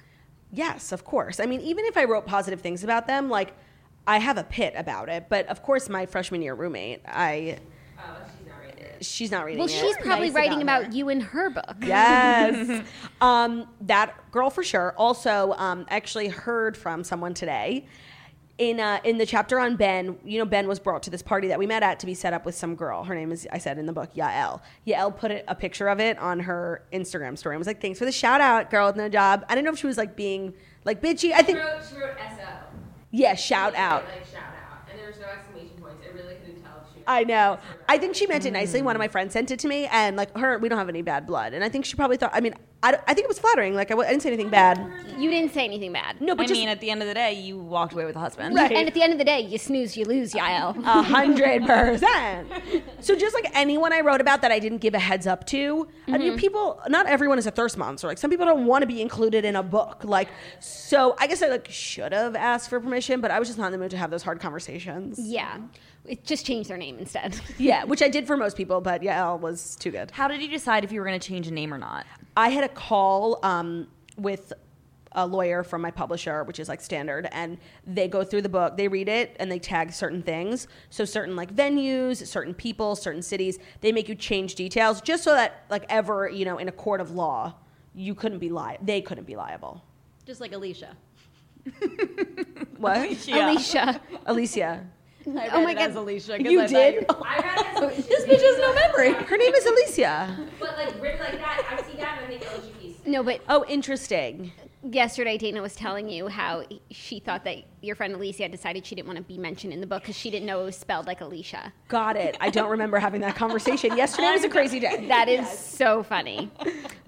Yes, of course. I mean, even if I wrote positive things about them, like I have a pit about it. But of course, my freshman year roommate, I. Oh, She's not reading
Well,
it.
she's probably
nice
writing
about
about, you in her book.
Yes. um, that girl for sure. Also, um, actually heard from someone today. In, uh, in the chapter on Ben, you know, Ben was brought to this party that we met at to be set up with some girl. Her name is, I said in the book, Yael. Yael put it, a picture of it on her Instagram story and was like, thanks for the shout out, girl with no job. I don't know if she was like being like bitchy. I
She
think,
wrote, she wrote SO.
yeah, shout out.
Like, shout out. And there was no exclamation points. I really couldn't tell if she
I know. I think she meant it nicely. One of
Mm.
my friends sent it to me, and like her, we don't have any bad blood. And I think she probably thought. I mean, I, I think it was flattering. Like I, w- I didn't say anything bad.
You didn't say anything bad.
No, but
I
just
mean, at the end of the day, you walked away with a husband.
Right.
And at the end of the day, you snooze, you lose, Yael.
a hundred percent. So just like anyone I wrote about that I didn't give a heads up to. I
Mm-hmm.
mean, people. Not everyone is a thirst monster. Like some people don't want to be included in a book. Like so, I guess I like should have asked for permission, but I was just not in the mood to have those hard conversations.
yeah. It just changed their name instead.
Yeah, which I did for most people, but Yael was too good.
How did you decide if you were going to change a name or not?
I had a call um, with a lawyer from my publisher, which is like standard, and they go through the book, they read it, and they tag certain things. So certain like venues, certain people, certain cities, they make you change details just so that like ever you know in a court of law, you couldn't be li- they couldn't be liable.
Just like Alicia.
What? Oh,
Alicia.
Alicia.
I
Oh
read
my
it
God.
as Alicia. 'cause
You
I thought
did?
I read it as
This bitch has no memory.
Her name is Alicia.
But like written like that, I see that and I think LGBTs.
No, but
Oh, interesting.
yesterday Dana was telling you how she thought that your friend Alicia had decided she didn't want to be mentioned in the book because she didn't know it was spelled like Alicia.
Got it. I don't remember having that conversation. Yesterday was a crazy day.
That is so funny.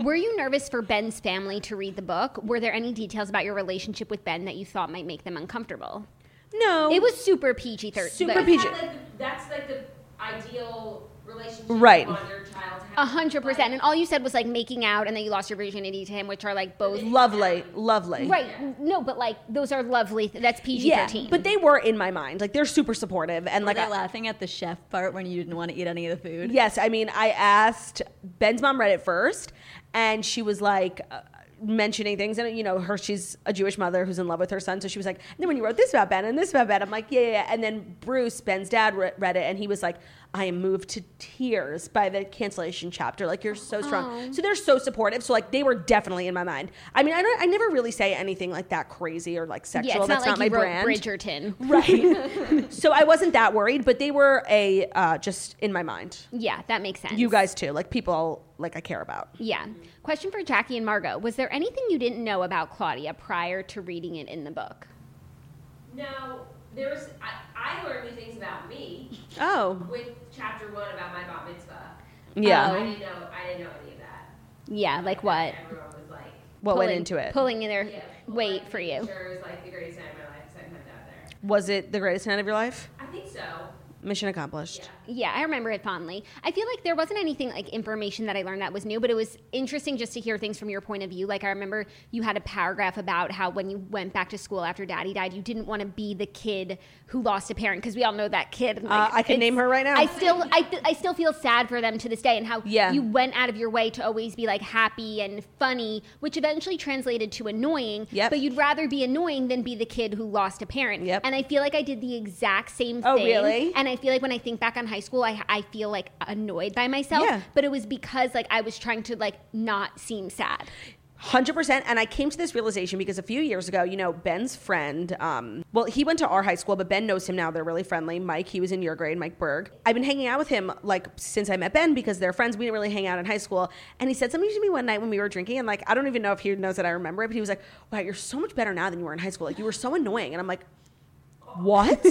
Were you nervous for Ben's family to read the book? Were there any details about your relationship with Ben that you thought might make them uncomfortable?
no.
It was super PG 13.
Super PG.
Like, that's like the ideal relationship
Right.
on your child.
A hundred percent. And all you said was like making out, and then you lost your virginity to him, which are like both.
Lovely, lovely.
Right. No, but like those are lovely. Th- that's PG
Yeah,
thirteen.
but they were in my mind. Like they're super supportive and
Like
like
they're
I-
laughing at the chef part when you didn't want to eat any of the food.
Yes, I mean, I asked Ben's mom read it first, and she was like uh, mentioning things, and you know, her she's a Jewish mother who's in love with her son, so she was like, and then when you wrote this about Ben and this about Ben, I'm like, yeah, yeah, yeah. and then Bruce, Ben's dad, re- read it, and he was like, I am moved to tears by the cancellation chapter. Like you're so
Oh.
strong, so they're so supportive. So like they were definitely in my mind. I mean, I don't, I never really say anything like that crazy or like sexual.
yeah, it's
That's
not like
not,
you
my
wrote
brand.
Bridgerton.
Right. so I wasn't that worried, but they were a uh, just in my mind.
Yeah, that makes sense.
You guys too, like people like I care about.
Yeah. Question for Jackie and Margot: Was there anything you didn't know about Claudia prior to reading it in the book?
Now, there's, I, I learned new things about me
Oh,
with chapter one about my bat mitzvah.
yeah.
I
Oh.
didn't know, I didn't know any of that.
Yeah, like what?
Everyone was like,
what went
Pulling-
into it?
Pulling in their
yeah.
weight for you.
Sure, it was like the greatest night of my life since I've out there.
Was it the greatest night of your life?
I think so.
Mission accomplished.
Yeah, I remember it fondly. I feel like there wasn't anything like information that I learned that was new, but it was interesting just to hear things from your point of view. Like I remember you had a paragraph about how when you went back to school after daddy died, you didn't want to be the kid who lost a parent because we all know that kid. and, like,
Uh, I can
it's-
name her right now.
I still I, th- I still feel sad for them to this day and how
Yeah.
you went out of your way to always be like happy and funny, which eventually translated to annoying.
Yep.
But you'd rather be annoying than be the kid who lost a parent.
Yep.
And I feel like I did the exact same
Oh,
thing.
really?
And I feel like when I think back on high school, I, I feel like annoyed by myself.
Yeah.
But it was because like I was trying to like not seem sad.
Hundred percent. And I came to this realization because a few years ago, you know, Ben's friend, um, well, he went to our high school, but Ben knows him now. They're really friendly. Mike, he was in your grade, Mike Berg. I've been hanging out with him like since I met Ben because they're friends. We didn't really hang out in high school. And he said something to me one night when we were drinking, and like I don't even know if he knows that I remember it, but he was like, Wow, you're so much better now than you were in high school. Like you were so annoying. And I'm like, What?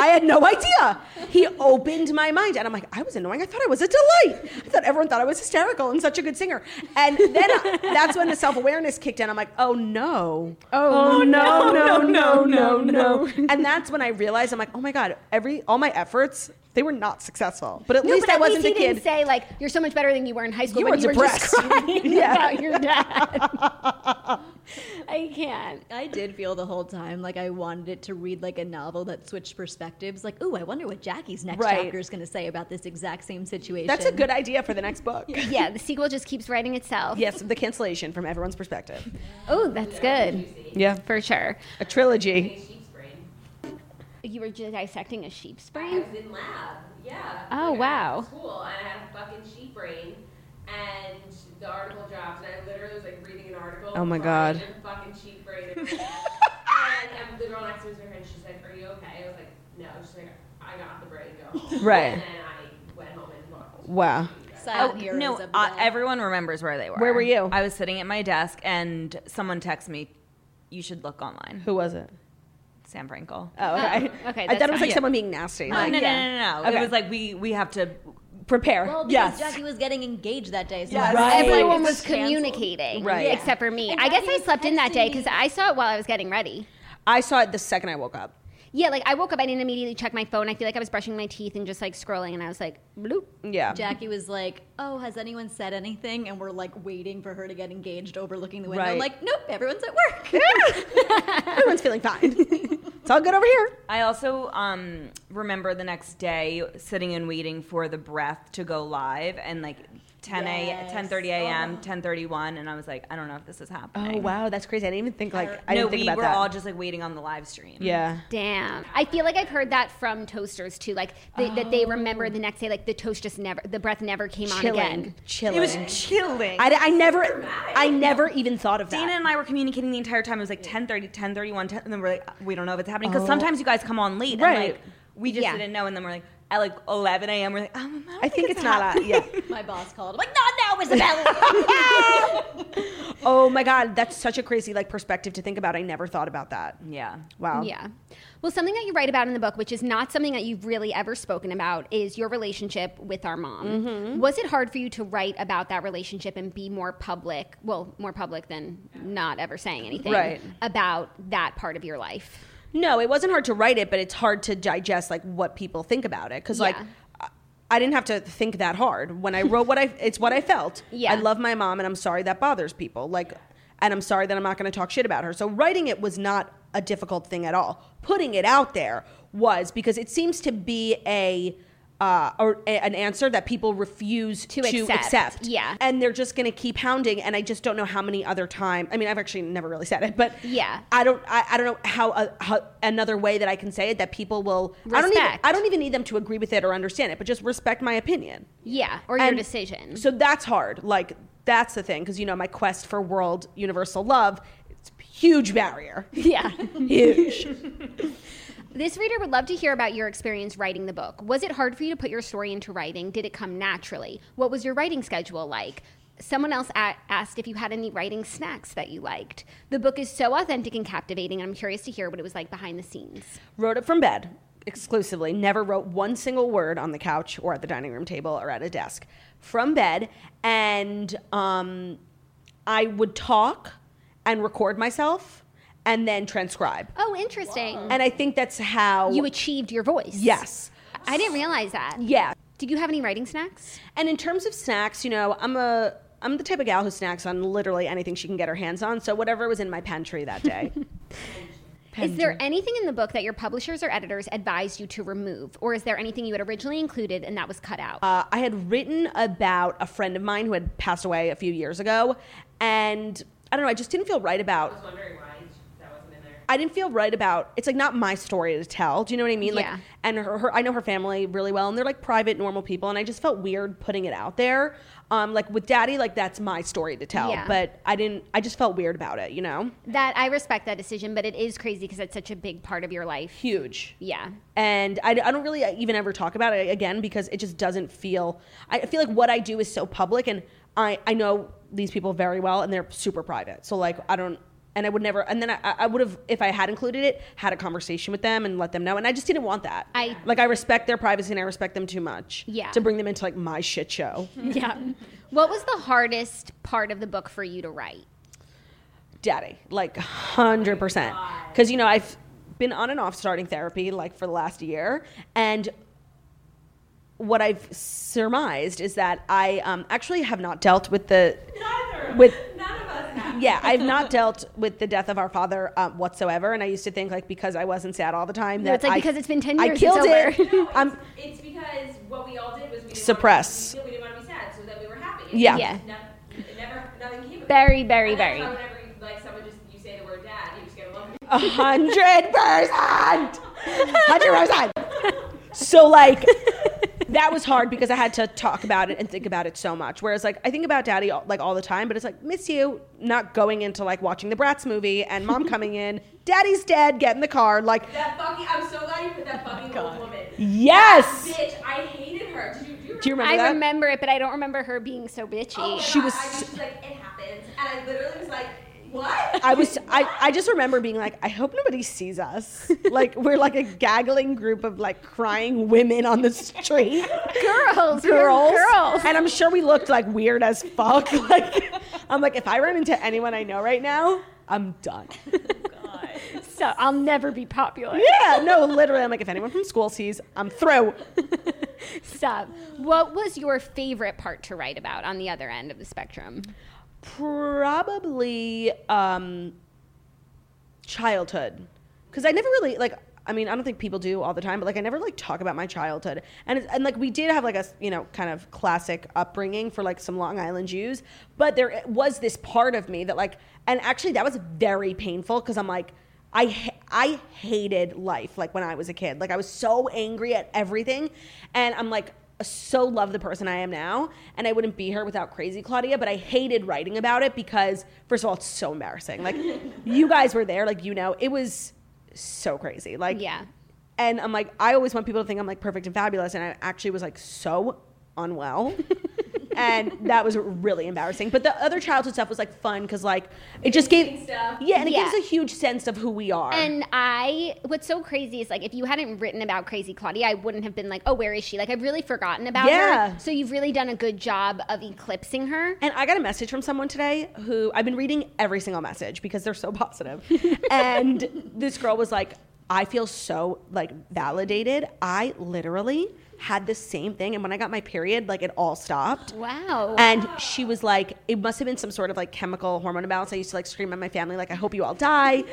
I had no idea. He opened my mind, and I'm like, I was annoying. I thought I was a delight. I thought everyone thought I was hysterical and such a good singer. And then I- that's when the self awareness kicked in. I'm like, oh no. Oh, no, no, no, no, no, And that's when I realized I'm like, oh my god, every all my efforts they were not successful. But at
No,
least
but
I wasn't
least
the
he
kid.
didn't say like you're so much better than you were in high school.
You
when
were
you
depressed.
Were just crying
Yeah.
about your dad. I can't.
I did feel the whole time like I wanted it to read like a novel that switched perspectives. Like, ooh, I wonder what Jackie's next
Right.
chapter is going to say about this exact same situation.
that's a good idea for the next book.
Yeah, the sequel just keeps writing itself.
Yes, the cancellation from everyone's perspective.
Oh, that's good.
Yeah,
For sure.
a trilogy.
Sheep's brain.
You were just dissecting a sheep's
I
brain?
was in lab. Yeah.
Oh,
Like, I
wow.
was in School and I had a fucking sheep brain. And the article dropped, and I literally was like reading an article.
Oh, my
crying
God.
and fucking sheep brain. and um, the girl next to me was her friend. She's like, "Are you okay?" I was like, "No." She's like, "I got the brain. Go." home."
Right.
And then I went home and looked.
Wow.
Silent
Oh,
heroes
no,
of
uh,
the-
everyone remembers where they were.
Where were you?
I was sitting at my desk, and someone texted me, "You should look online."
Who was it?
Sam Frankel.
Oh, okay.
okay,
I
that's
thought it was
fine.
like
Yeah.
someone being nasty.
Oh, no,
Like,
no,
yeah.
no, no, no.
Okay.
It was like we we have to.
Prepare.
Well,
yes.
because Jackie was getting engaged that day. So
Yes.
like,
Right.
Everyone was
it's canceled.
communicating,
Right. Yeah.
except for me.
And
I guess
Jackie
I
was
slept in that
texting
day
me.
because I saw it while I was getting ready.
I saw it the second I woke up.
Yeah, like I woke up, I didn't immediately check my phone. I feel like I was brushing my teeth and just like scrolling, and I was like, bloop.
Yeah.
Jackie was like, "Oh, has anyone said anything?" And we're like waiting for her to get engaged, overlooking the window.
Right.
I'm like, "Nope, everyone's at work."
Everyone's feeling fine. it's all good over here.
I also um, remember the next day sitting and waiting for the breath to go live, and like. 10 a.m.,
Yes.
10:30 a.m., 10:31, and I was like, I don't know if this is happening.
Oh wow, that's crazy. I didn't even think like I
no,
didn't think
we
about
were
that.
all just like waiting on the live stream.
yeah.
Damn. I feel like I've heard that from toasters too, like they, that they remember the next day, like the toast just never, the breath never came on again.
Oh. Chilling. Chilling.
It was chilling.
I, I never I never even thought of that.
Dana and I were communicating the entire time. It was like 1030, 1031, 10, and then we're like, "Uh, we don't know if it's happening. Because sometimes you guys come on late. And
Oh. Right.
like, we just
Yeah.
didn't know. And then we're like, at like 11 a.m., we're like, um, I, don't
I think it's not a,
happening.
yeah.
My boss called. I'm like, "Not now, Isabella."
Oh my god, that's such a crazy like perspective to think about. I never thought about that.
yeah.
Wow.
Yeah. Well, something that you write about in the book, which is not something that you've really ever spoken about, is your relationship with our mom.
Mm-hmm.
Was it hard for you to write about that relationship and be more public? Well, more public than not ever saying anything
Right.
about that part of your life.
No, it wasn't hard to write it, but it's hard to digest like what people think about it because like
Yeah.
I- I didn't have to think that hard when I wrote what I. It's what I felt.
Yeah.
I love my mom, and I'm sorry that bothers people. Like, and I'm sorry that I'm not going to talk shit about her. So writing it was not a difficult thing at all. Putting it out there was because it seems to be a. Uh, or a, an answer that people refuse to,
accept. Yeah.
and they're just gonna keep hounding and i just don't know how many other time i mean i've actually never really said it but
Yeah.
i don't i, I don't know how, uh, how another way that i can say it that people will i don't even
Respect.
i don't even need them to agree with it or understand it but just respect my opinion
Yeah, or your
And
decision.
so that's hard like that's the thing because you know my quest for world universal love it's a huge barrier
yeah.
huge
This reader would love to hear about your experience writing the book. Was it hard for you to put your story into writing? Did it come naturally? What was your writing schedule like? Someone else a- asked if you had any writing snacks that you liked. The book is so authentic and captivating, and I'm curious to hear what it was like behind the scenes.
wrote it from bed exclusively never wrote one single word on the couch or at the dining room table or at a desk from bed and um, i would talk and record myself and then transcribe
Oh, interesting.
and i think that's how
You achieved your voice.
yes
I didn't realize that.
yeah
Did you have any writing snacks?
And in terms of snacks, you know, I'm a I'm the type of gal who snacks on literally anything she can get her hands on. So whatever was in my pantry that day.
Is there anything in the book that your publishers or editors advised you to remove? Or is there anything you had originally included and that was cut out?
uh, I had written about a friend of mine who had passed away a few years ago, and I don't know. I just didn't feel right about
was wondering why that wasn't in there.
I didn't feel right about it's like not my story to tell. Do you know what I mean?
Yeah.
Like and her, her I know her family really well and they're like private normal people and I just felt weird putting it out there. Um like with daddy like that's my story to tell,
Yeah.
but I didn't I just felt weird about it, you know?
that I respect that decision, but it is crazy because it's such a big part of your life.
Huge.
Yeah.
And I, I don't really even ever talk about it again because it just doesn't feel I feel like what I do is so public and I I know these people very well and they're super private. So like I don't and I would never, and then I, I would have, if I had included it, had a conversation with them and let them know. And I just didn't want that.
I-
like I respect their privacy and I respect them too much.
Yeah.
To bring them into like my shit show.
Yeah. what was the hardest part of the book for you to write?
daddy like 100% because you know i've been on and off starting therapy like for the last year and what i've surmised is that i um, actually have not dealt with the
Neither.
with
None of us have.
yeah i've not dealt with the death of our father um, whatsoever and i used to think like because i wasn't sad all the time
No,
that
it's like
I-
because it's been 10
I
years, it's
killed it
No, it's,
I'm-
it's because what we all did was we didn't
Suppress.
Want to, we didn't want to be sad, so that we were happy.
Yeah.
Yeah.
No, it never, nothing came. of it.
Very, very,
And that's
very.
why Whenever you, like someone just you say the word dad, you just get a look.
A hundred percent, hundred percent. So like, that was hard because I had to talk about it and think about it so much. Whereas like, I think about Daddy all- like all the time, but it's like miss you. Not going into like watching the Bratz movie and Mom coming in, Daddy's dead. Get in the car. Like
That fucking. I'm so glad you put that fucking old woman.
yes.
Bitch, I hated her. Did you do? You
Do you remember
I
that?
remember it, but I don't remember her being so bitchy.
Oh my
She
God,
was
I
s-
was just like, it happens, and I literally was like, what?
I was I, I just remember being like, I hope nobody sees us. Like we're like a gaggling group of like crying women on the street.
Girls, we were
girls.
girls.
And I'm sure we looked like weird as fuck. Like I'm like, if I run into anyone I know right now, I'm done.
So I'll never be popular.
Yeah, no, literally. I'm like, if anyone from school sees, I'm through.
Stop. What was your favorite part to write about on the other end of the spectrum?
Probably um childhood. Cause I never really like I mean, I don't think people do all the time, but like I never like talk about my childhood. And it's, and like we did have like a, s- you know, kind of classic upbringing for like some Long Island Jews, but there was this part of me that like and actually that was very painful cuz I'm like I ha- I hated life like when I was a kid. Like I was so angry at everything and I'm like so love the person I am now, and I wouldn't be here without Crazy Claudia. But I hated writing about it because, first of all, it's so embarrassing. Like, you guys were there, like you know, it was so crazy. Like,
Yeah.
And I'm like, I always want people to think I'm like perfect and fabulous, and I actually was like so unwell. and that was really embarrassing. But the other childhood stuff was like fun because like it just gave
stuff.
yeah, and it
Yeah.
gives a huge sense of who we are.
And I, what's so crazy is like if you hadn't written about Crazy Claudia, I wouldn't have been like, oh, where is she? Like I've really forgotten about
Yeah.
her. So you've really done a good job of eclipsing her.
And I got a message from someone today who I've been reading every single message because they're so positive. and this girl was like, I feel so like validated. I literally had the same thing, and when I got my period, like it all stopped.
Wow.
And she was like, it must have been some sort of like chemical hormone imbalance. I used to like scream at my family, like, I hope you all die.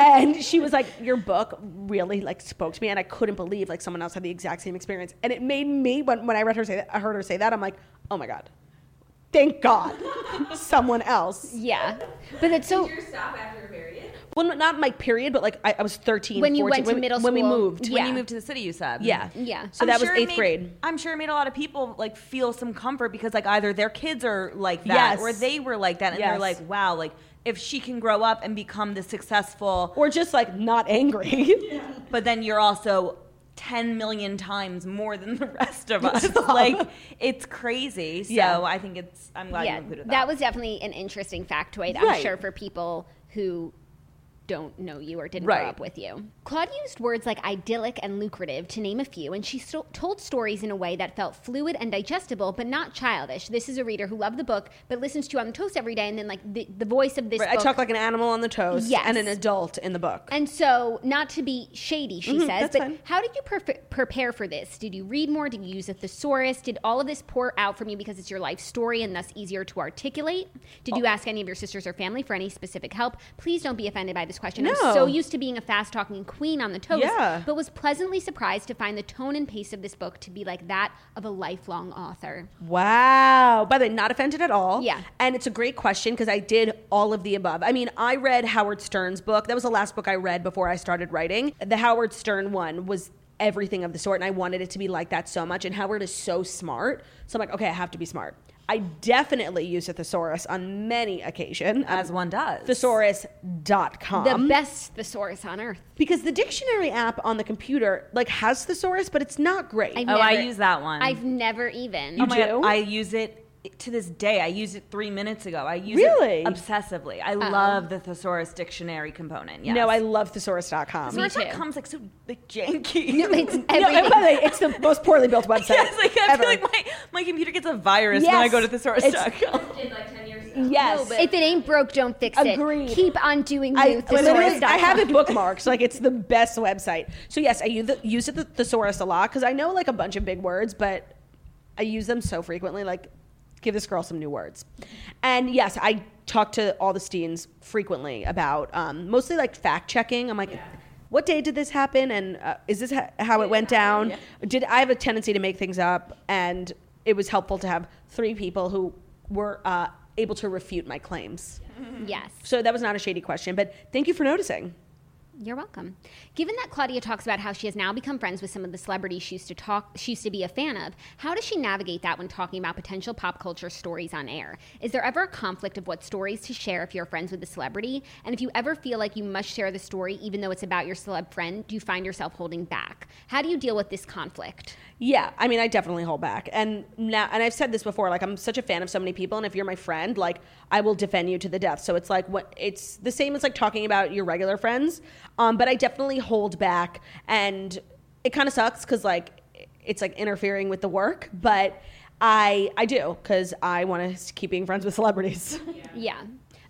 and she was like, your book really like spoke to me, and I couldn't believe like someone else had the exact same experience. And it made me when when I read her say that, I heard her say that, I'm like, oh my god, thank God, someone else.
yeah. But that's so.
Your stop after your period?
Well, n- not my period, but like I, I was 13.
When you
14,
went to middle
when we
school.
moved.
Yeah.
When you moved to the city, you said.
Yeah.
Yeah.
So that
sure it
was eighth
made-
grade.
I'm sure it made a lot of people like feel some comfort because like either their kids are like that
Yes.
or they were like that, and they're
Yes.
like, wow, like if she can grow up and become the successful,
Or just like not angry.
but then you're also. 10 million times more than the rest of us. Like, it's crazy. So,
Yeah.
I think it's, I'm glad you
yeah,
included
that.
that.
was definitely an interesting factoid, I'm
Right.
sure, for people who don't know you or didn't
Right.
grow up with you. Claude used words like idyllic and lucrative to name a few, and she sto- told stories in a way that felt fluid and digestible, but not childish. This is a reader who loved the book, but listens to you on the toast every day, and then, like, the, the voice of this
Right, I
book-
talk like an animal on the toast
Yes.
and an adult in the book.
And so, not to be shady, she says,
Mm-hmm, that's
but
fine.
how did you perf- prepare for this? Did you read more? Did you use a thesaurus? Did all of this pour out from you because it's your life story and thus easier to articulate? Did
Oh.
you ask any of your sisters or family for any specific help? Please don't be offended by this question. I'm
No.
so used to being a fast talking queen on the toast,
Yeah.
but was pleasantly surprised to find the tone and pace of this book to be like that of a lifelong author.
Wow. By the way, not offended at all.
Yeah.
And it's a great question because I did all of the above. I mean, I read Howard Stern's book. That was the last book I read before I started writing. The Howard Stern one was everything of the sort, and I wanted it to be like that so much. And Howard is so smart. So I'm like, okay, I have to be smart. I definitely used a thesaurus on many occasions.
As one does.
Thesaurus.com
The best thesaurus on earth.
because the dictionary app on the computer like has thesaurus but it's not great Uh,
I've
Oh, I use that
Mm.
one.
I've never even.
Oh my God,
do?
I use it to this day. I used it three minutes ago. I use
Really?
it obsessively. I love the thesaurus dictionary component. Yes.
no i love thesaurus.com
Me too.
Thesaurus.com's like so like janky.
No, it's
No,
everything.
and by the way, it's the most poorly built website
Yes, like I
ever.
feel like my, my computer gets a virus when I
Yes.
go to thesaurus.com.
Did like 10 years ago?
yes,
if it ain't broke, don't fix
Agreed.
it. Keep on doing
I
you.
literally I have it
thesaurus.com.
bookmarked. Like it's the best website. So yes, I use the, use it the thesaurus a lot because I know like a bunch of big words, but I use them so frequently. Like give this girl some new words. And yes, I talk to all the Steens frequently about um, mostly like fact checking. I'm like. What day did this happen? And uh, is this ha- how it went down? Did I have a tendency to make things up? And it was helpful to have three people who were uh, able to refute my claims.
Yes.
So that was not a shady question, but thank you for noticing.
You're welcome. Given that Claudia talks about how she has now become friends with some of the celebrities she used to talk she used to be a fan of, how does she navigate that when talking about potential pop culture stories on air? Is there ever a conflict of what stories to share if you're friends with a celebrity? And if you ever feel like you must share the story even though it's about your celeb friend, do you find yourself holding back? How do you deal with this conflict?
Yeah, I mean, I definitely hold back, and now, and I've said this before. Like, I'm such a fan of so many people, and if you're my friend, like, I will defend you to the death. So it's like what it's the same as like talking about your regular friends, um, but I definitely hold back, and it kind of sucks because like it's like interfering with the work, but I I do because I want to keep being friends with celebrities.
Yeah.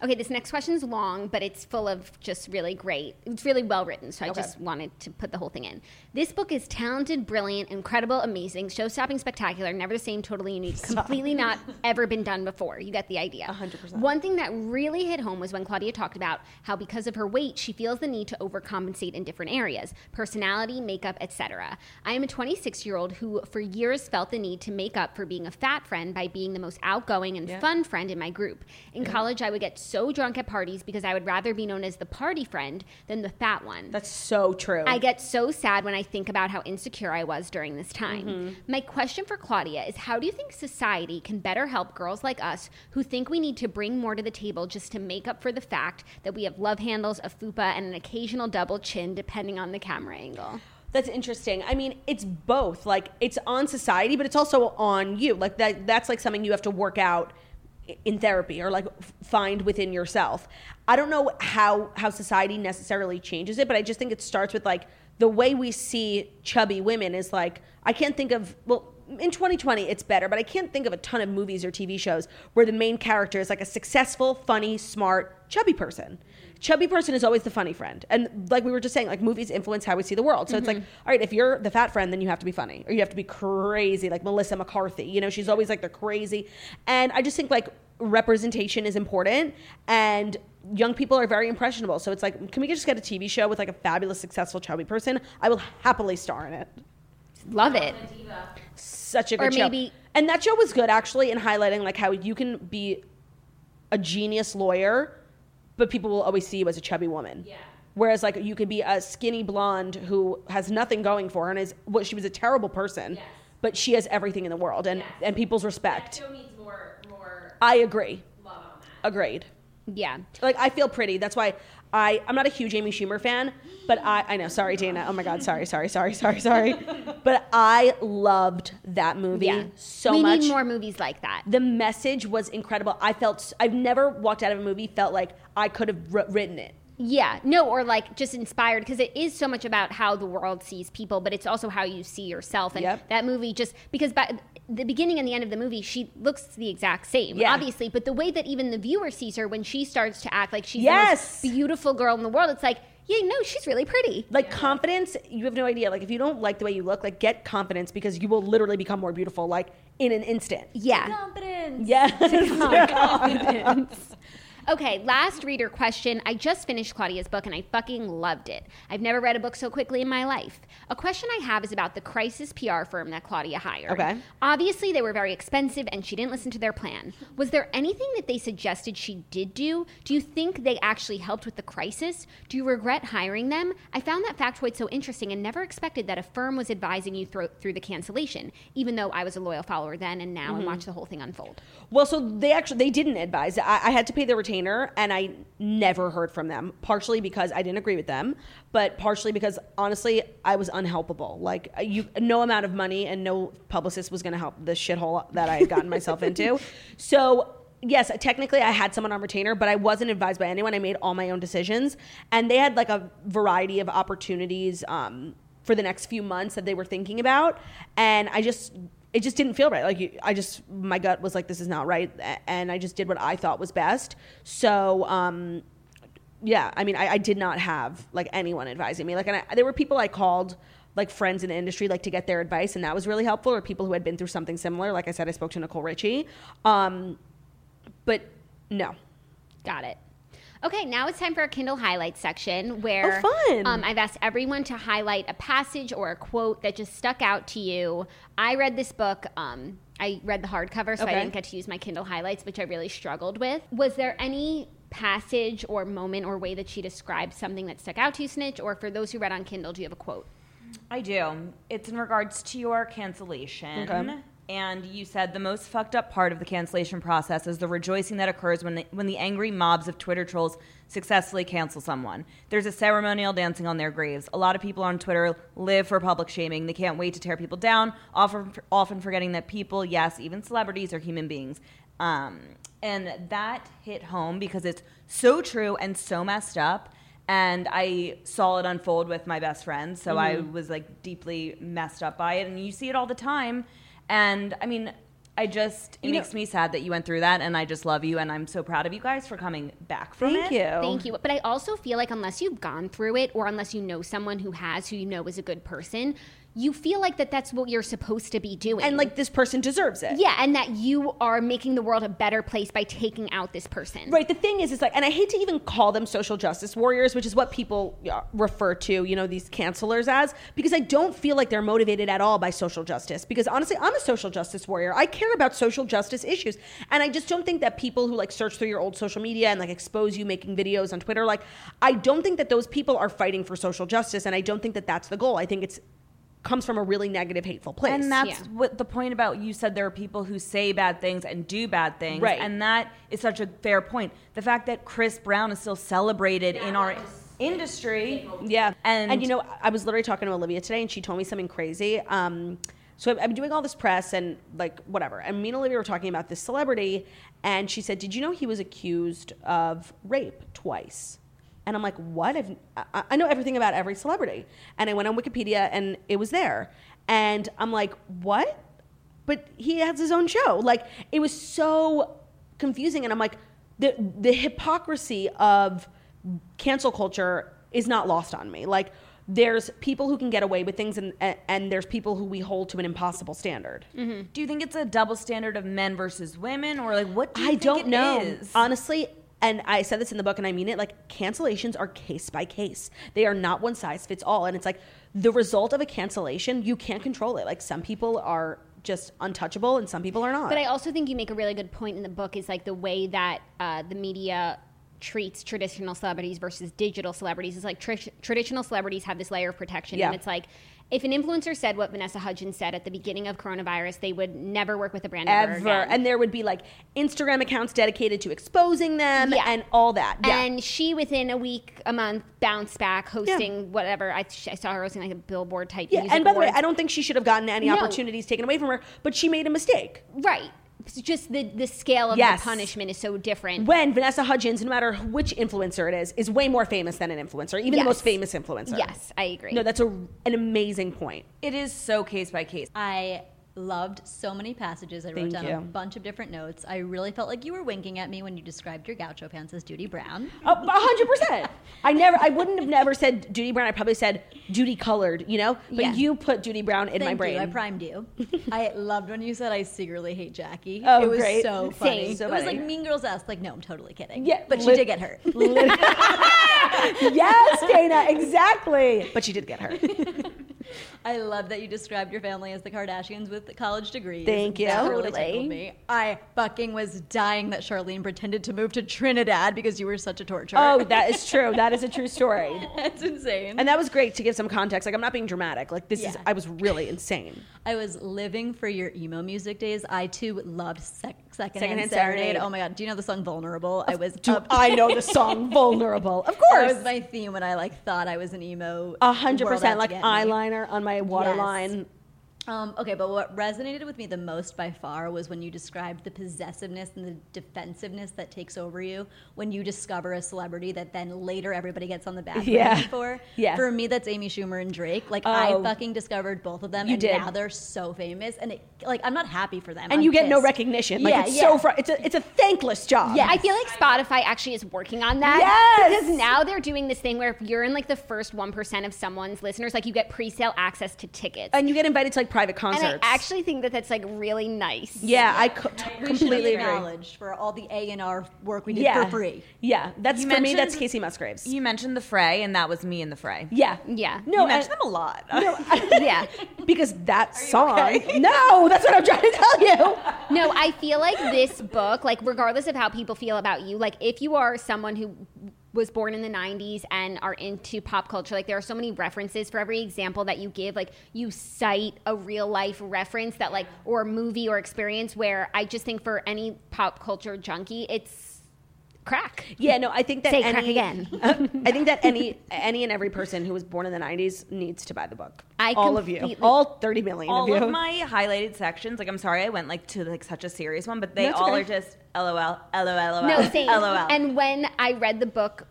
Okay, this next question's long, but it's full of just really great. It's really well written, so I just wanted to put the whole thing in. This book is talented, brilliant, incredible, amazing, show stopping, spectacular, never the same, totally unique, completely not ever been done before. You get the idea. 100%. One thing that really hit home was when Claudia talked about how because of her weight, she feels the need to overcompensate in different areas personality, makeup, etc. I am a 26 year old who, for years, felt the need to make up for being a fat friend by being the most outgoing and fun friend in my group. In college, I would get so drunk at parties because I would rather be known as the party friend than the fat one.
That's so true.
I get so sad when I think about how insecure I was during this time.
Mm-hmm.
My question for Claudia is how do you think society can better help girls like us who think we need to bring more to the table just to make up for the fact that we have love handles, a fupa, and an occasional double chin depending on the camera angle?
That's interesting. I mean, it's both. Like it's on society, but it's also on you. Like that that's like something you have to work out i- in therapy or like f- find within yourself. I don't know how how society necessarily changes it, but I just think it starts with like the way we see chubby women is like I can't think of well in 2020 it's better, but I can't think of a ton of movies or TV shows where the main character is like a successful, funny, smart, chubby person. chubby person is always the funny friend. And like we were just saying, like movies influence how we see the world. So it's like, all right, if you're the fat friend, then you have to be funny or you have to be crazy, like Melissa McCarthy. You know, she's always like the crazy. And I just think like representation is important and young people are very impressionable. So it's like, can we just get a TV show with like a fabulous, successful chubby person? I will happily star in it.
Love it.
Such a
Or
good show.
maybe-
And that show was good actually in highlighting like how you can be a genius lawyer, but people will always see you as a chubby woman. Yeah. Whereas like you could be a skinny blonde who has nothing going for her and is what she was a terrible person, but she has everything in the world and and people's respect.
Show needs more, more
I agree.
love on that.
Agreed.
Yeah.
Like I feel pretty. That's why I I'm not a huge Amy Schumer fan, but I I know. Sorry, Dana. Oh my God. Sorry. Sorry. Sorry. Sorry. Sorry. but I loved that movie
Yeah.
so
we
much.
need more movies like that.
The message was incredible. I felt I've never walked out of a movie felt like I could have wr- written it.
Yeah, no, or like just inspired because it is so much about how the world sees people, but it's also how you see yourself. And
Yep.
that movie just because by the beginning and the end of the movie, she looks the exact same,
Yeah.
obviously. But the way that even the viewer sees her when she starts to act like she's
Yes.
the most beautiful girl in the world, it's like, yeah, no, she's really pretty.
Like confidence, you have no idea. Like if you don't like the way you look, like get confidence because you will literally become more beautiful like in an instant.
um,
Yeah.
Confidence.
Yes.
Okay, last reader question. I just finished Claudia's book and I fucking loved it. I've never read a book so quickly in my life. A question I have is about the crisis PR firm that Claudia hired.
Okay.
Obviously, they were very expensive and she didn't listen to their plan. Was there anything that they suggested she did do? Do you think they actually helped with the crisis? Do you regret hiring them? I found that factoid so interesting and never expected that a firm was advising you thro- through the cancellation, even though I was a loyal follower then and now and watch the whole thing unfold.
Well, so they actually they didn't advise. I, I had to pay the retainer, and I never heard from them. Partially because I didn't agree with them, but partially because honestly, I was unhelpable. Like uh, you, no amount of money and no publicist was going to help this shithole that I had gotten myself into. So. Yes, technically I had someone on retainer, but I wasn't advised by anyone. I made all my own decisions, and they had like a variety of opportunities um, for the next few months that they were thinking about, and I just it just didn't feel right. Like you- I just, my gut was like, this is not right, a- and I just did what I thought was best. So, um, yeah, I mean, I, I did not have like anyone advising me. Like, and I, there were people I called, like friends in the industry, like to get their advice, and that was really helpful. Or people who had been through something similar. Like I said, I spoke to Nicole Richie, um, but no,
Got it. Okay, now it's time for our Kindle highlight section where
Oh, fun.
Um, I've asked everyone to highlight a passage or a quote that just stuck out to you. I read this book. Um, I read the hardcover, so I
Okay.
didn't get to use my Kindle highlights, which I really struggled with. Was there any passage or moment or way that she described something that stuck out to you, Snitch? Or for those who read on Kindle, do you have a quote?
I do. It's in regards to your cancellation. And you said the most fucked up part of the cancellation process is the rejoicing that occurs when the, when the angry mobs of Twitter trolls successfully cancel someone. There's a ceremonial dancing on their graves. A lot of people on Twitter live for public shaming. They can't wait to tear people down, often often forgetting that people, yes, even celebrities, are human beings. Um, and that hit home because it's so true and so messed up and I saw it unfold with my best friend. So I
Mm-hmm.
was like deeply messed up by it, and you see it all the time. And I mean, I just it makes me sad that you went through that, and I just love you, and I'm so proud of you guys for coming back from
thank
it.
you,
Thank you. But I also feel like unless you've gone through it or unless you know someone who has, who you know is a good person, you feel like that that's what you're supposed to be doing.
and like this person deserves it.
Yeah, and that you are making the world a better place by taking out this person.
Right. The thing is, it's like, and I hate to even call them social justice warriors, which is what people yeah, refer to, you know, these cancelers as, because I don't feel like they're motivated at all by social justice. Because honestly, I'm a social justice warrior. I care about social justice issues. And I just don't think that people who like search through your old social media and like expose you making videos on Twitter, like, I don't think that those people are fighting for social justice. And I don't think that that's the goal. I think it's comes from a really negative, hateful place.
And that's
Yeah.
what the point about you said there are people who say bad things and do bad things.
Right.
And that is such a fair point. The fact that Chris Brown is still celebrated in our industry.
Yeah.
And-
you know, I was literally talking to Olivia today and she told me something crazy. Um, so I'm- I'm doing all this press and like whatever. And me and Olivia were talking about this celebrity and she said, Did you know he was accused of rape twice? And I'm like, What? I've, I, I know everything about every celebrity. And I went on Wikipedia and it was there. And I'm like, What? But he has his own show. Like, it was so confusing. And I'm like, the, the hypocrisy of cancel culture is not lost on me. Like there's people who can get away with things, and and there's people who we hold to an impossible standard.
Mm-hmm. Do you think it's a double standard of men versus women, or like what? Do you
I
think
don't
it
know. Uh,
is?
Honestly, and I said this in the book and I mean it, like cancellations are case by case. They are not one size fits all. And it's like the result of a cancellation, you can't control it. Like some people are just untouchable and some people are not.
But I also think you make a really good point in the book is like the way that uh, the media treats traditional celebrities versus digital celebrities is like tr- traditional celebrities have this layer of protection
Yeah.
and it's like if an influencer said what Vanessa Hudgens said at the beginning of coronavirus, they would never work with a brand ever.
Ever.
again.
And there would be like Instagram accounts dedicated to exposing them
Yeah.
and all that. Yeah.
And she, within a week, a month, bounced back, hosting whatever. I, I saw her hosting like a billboard type.
yeah.
music
And by the way,
awards.
I don't think she should have gotten any
No.
opportunities taken away from her, but she made a mistake.
Right. It's just the, the scale of
Yes.
the punishment is so different.
When Vanessa Hudgens, no matter which influencer it is, is way more famous than an influencer, even the
Yes.
most famous influencer.
yes, I agree.
No, that's a, an amazing point.
It is so case by case.
I loved so many passages. I
Thank
wrote down
you.
a bunch of different notes. I really felt like you were winking at me when you described your gaucho pants as Judy Brown.
A a hundred percent. I never, I wouldn't have never said duty brown. I probably said duty colored, you know. But
Yeah.
you put duty brown in my
Thank
brain.
You. I primed you. I loved when you said I secretly hate Jackie.
Oh,
it was
great.
so
Same.
funny.
So
it was
funny.
like Mean Girls esque. Like, no, I'm totally kidding.
Yeah,
but she
lit-
did get hurt.
yes, Dana, exactly. But you did get her.
I love that you described your family as the Kardashians with college degrees.
Thank you.
That really tickled
Totally.
me. I fucking was dying that Charlene pretended to move to Trinidad because you were such a torturer.
oh, that is true. That is a true story.
that's insane.
And that was great to give some context. Like I'm not being dramatic. Like this is,
Yeah.
I was really insane.
I was living for your emo music days. I too loved sec- secondhand,
Secondhand
Serenade.
Serenade.
Oh my god, do you know the song "Vulnerable"? I was
Do
up-
I know the song "Vulnerable"? Um, Of
That was
course,
my theme when I like thought I was an emo.
a hundred
world
percent.
out to
Like
get me.
eyeliner on my
Yes.
waterline.
Um, okay, but what resonated with me the most by far was when you described the possessiveness and the defensiveness that takes over you when you discover a celebrity that then later everybody gets on the back
Yeah.
burner for.
Yeah.
For me, that's Amy Schumer and Drake. Like
Oh.
I fucking discovered both of them,
You
and
did.
now they're so famous, and it, like I'm not happy for them.
And
I'm
you get no
pissed.
recognition. Like
Yeah,
it's
yeah.
so fr- it's a it's a thankless job.
Yeah, I feel like Spotify actually is working on that.
Yes!
Because now they're doing this thing where if you're in like the first 1% of someone's listeners, like you get pre sale access to tickets.
and you get invited to like private concerts.
and I actually think that that's like really nice.
Yeah, I co- t-
We should be
completely agree.
acknowledged for all the A and R work we did for free.
Yeah, that's
You
for me. That's
mentioned-
Casey Musgraves.
You mentioned the fray, and that was me in the fray.
yeah,
Yeah.
No,
you mentioned
and-
them a lot.
Yeah.
because that song. No, that's what I'm trying to tell you.
No, I feel like this book, like regardless of how people feel about you, like if you are someone who was born in the 90s and are into pop culture, like there are so many references for every example that you give, like you cite a real life reference that like or movie or experience where I just think for any pop culture junkie, it's crack.
Yeah, no, I think that
Say
any,
crack again.
I think that any any and every person who was born in the '90s needs to buy the book.
I
all of you,
completely-
all 30 million
all
of you.
of my highlighted sections like i'm sorry i went like to like such a serious one but they
That's
all
okay.
are just lol lol lol
No, same.
lol
And when I read the book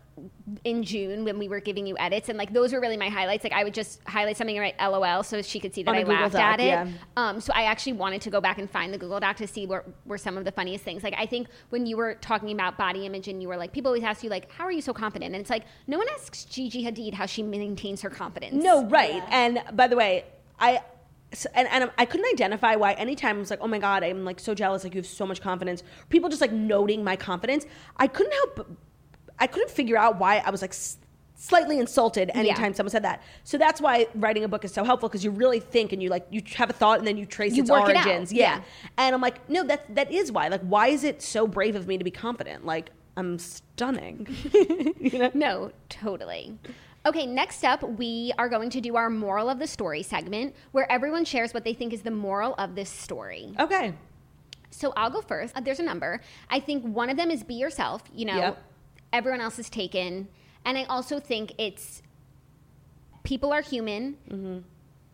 in June when we were giving you edits, and like those were really my highlights. Like I would just highlight something and write LOL so she could see that
On a
I
Google
laughed
Doc,
at it.
yeah.
Um, so I actually wanted to go back and find the Google Doc to see what were some of the funniest things. Like I think when you were talking about body image and you were like, people always ask you like, how are you so confident? And it's like no one asks Gigi Hadid how she maintains her confidence.
No, right. And by the way, I s- and, and I couldn't identify why anytime I was like, oh my god, I'm like so jealous. Like you have so much confidence. People just like noting my confidence. I couldn't help. I couldn't figure out why I was like. s- Slightly insulted anytime someone said that, so that's why writing a book is so helpful because you really think and you like you have a thought and then you trace
You
its
work it out,
origins.
yeah.
and I'm like, no, that that is why. Like, why is it so brave of me to be confident? Like, I'm stunning.
No, totally. Okay, next up, we are going to do our moral of the story segment where everyone shares what they think is the moral of this story.
okay,
So I'll go first. Uh, There's a number. I think one of them is be yourself. You know,
Yep.
everyone else is taken. And I also think it's people are human.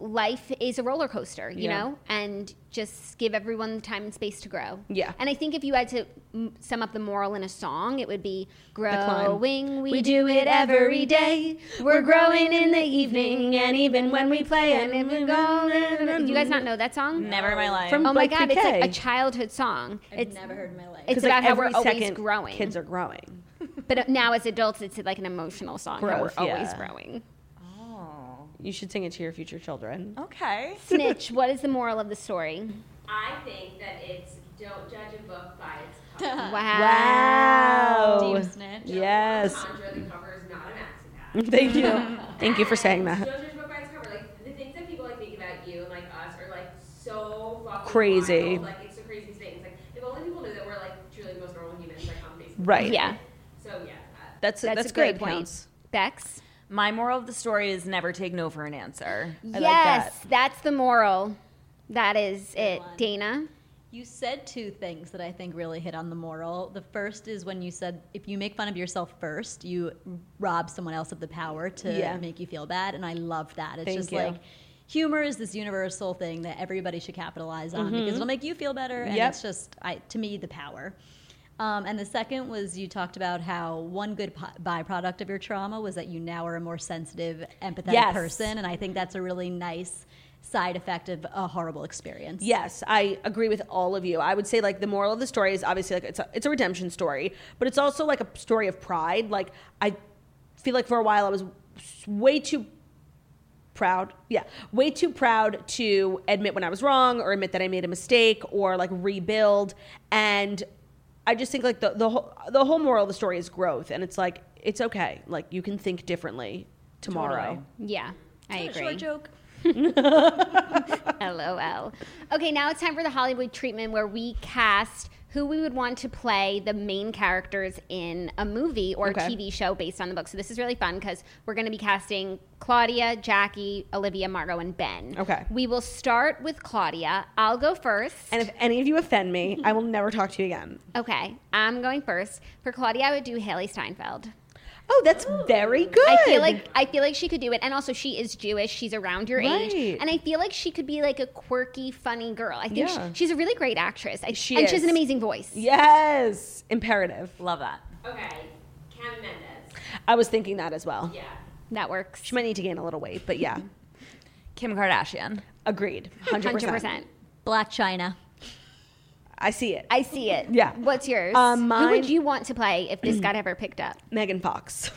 Life is a roller coaster, you
Yeah.
know, and just give everyone the time and space to grow.
Yeah.
And I think if you had to mm, sum up the moral in a song, it would be
climb.
growing. We, do it every day. We're growing in the evening, and even when we play, and if we go. Do you guys not know that song?
never in my life
From-
Oh my
like
god, it's
PK.
like a childhood song.
I've
it's
never heard in my life.
it's
because like
about how
every
we're always
second
growing.
kids are growing.
But uh, now as adults, it's like an emotional song. that
Growth,
we're always
yeah.
growing.
Oh.
You should sing it to your future children.
Oh.
Okay.
Snitch, what is the moral of the story?
I think that it's don't judge a book by its cover.
Wow.
Wow.
Deep snitch.
Yes.
Conjure the cover is not an accident.
Thank you. Thank you for saying that.
Don't judge a book by its cover. Like the things that people like think about you and like us are like so fucking
Crazy.
wild. Like it's the craziest things. Like if only people knew that we're like truly the most normal humans like on Facebook.
Right.
Yeah.
So yeah. that-
That's
That's,
that's,
a great
good.
point.
Counts.
Bex?
My moral of the story is never take no for an answer.
Yes,
like that.
that's the moral. That is it.
one.
Dana?
You said two things that I think really hit on the moral. The first is when you said if you make fun of yourself first, you rob someone else of the power to
Yeah.
make you feel bad. And I loved that. It's
Thank
just
you.
like humor is this universal thing that everybody should capitalize on because it'll make you feel better. And
Mm-hmm. Yep.
it's just, I, to me, the power. Um, and the second was you talked about how one good po- byproduct of your trauma was that you now are a more sensitive, empathetic
Yes.
person. And I think that's a really nice side effect of a horrible experience.
Yes, I agree with all of you. I would say like the moral of the story is obviously like it's a, it's a redemption story, but it's also like a story of pride. Like I feel like for a while I was way too proud. Yeah, way too proud to admit when I was wrong or admit that I made a mistake or like rebuild. And I just think like the the whole the whole moral of the story is growth, and it's like it's okay. Like you can think differently tomorrow.
Yeah, I
Not a
agree.
Short joke.
LOL. Okay, now it's time for the Hollywood treatment where we cast who we would want to play the main characters in a movie or
Okay.
TV show based on the book. So this is really fun because we're going to be casting Claudia, Jackie, Olivia, Margot, and Ben.
Okay.
We will start with Claudia. I'll go first.
And if any of you offend me, I will never talk to you again.
okay, I'm going first. For Claudia, I would do Haley Steinfeld.
Oh, that's very good.
I feel like I feel like she could do it, and also she is Jewish. She's around your age,
Right.
and I feel like she could be like a quirky, funny girl. I think
Yeah.
she, she's a really great actress. I,
She
and she has an
is.
amazing voice.
Yes, imperative.
Love that.
Okay. Cam Mendes.
I was thinking that as well.
Yeah.
That works.
She might need to gain a little weight, but
Mm-hmm.
yeah,
Kim Kardashian.
agreed. 100%.
Hundred percent.
Black China.
I see it.
I see it.
Yeah.
What's yours?
Um,
Who
mine-
would you want to play if this got ever picked up?
Megan Fox.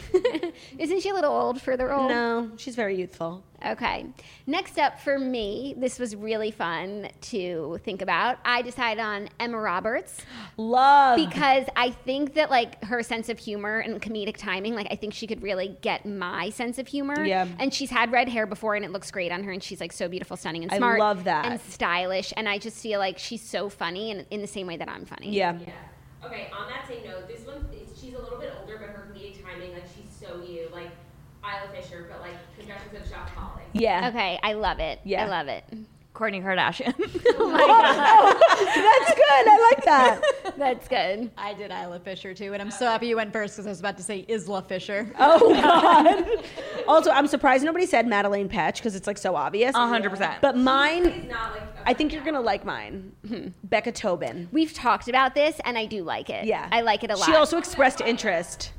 Isn't she a little old for the role?
no, she's very youthful.
Okay. Next up for me, this was really fun to think about. I decide on Emma Roberts.
Love.
because I think that like her sense of humor and comedic timing, like I think she could really get my sense of humor.
Yeah.
And she's had red hair before, and it looks great on her, and she's like so beautiful, stunning, and
I
smart.
love that.
and stylish. And I just feel like she's so funny, and in the same way that I'm funny.
yeah.
Yeah. Okay, on that same note, this one, is- she's a little bit older, but her comedic timing, like, she's so you. Like, Isla Fisher, but, like, Confessions of a Shopaholic.
Yeah.
Okay, I love it.
Yeah.
I love it.
Courtney Kardashian.
That's good. I like that.
That's good.
I did Isla Fisher too, and I'm so happy you went first because I was about to say Isla Fisher.
Oh, God. also, I'm surprised nobody said Madeline Petch because it's like so obvious.
100%.
But mine,
It's not like. a-
I think you're going to like mine.
Mm-hmm.
Becca Tobin.
We've talked about this, and I do like it.
Yeah.
I like it a lot.
She also expressed interest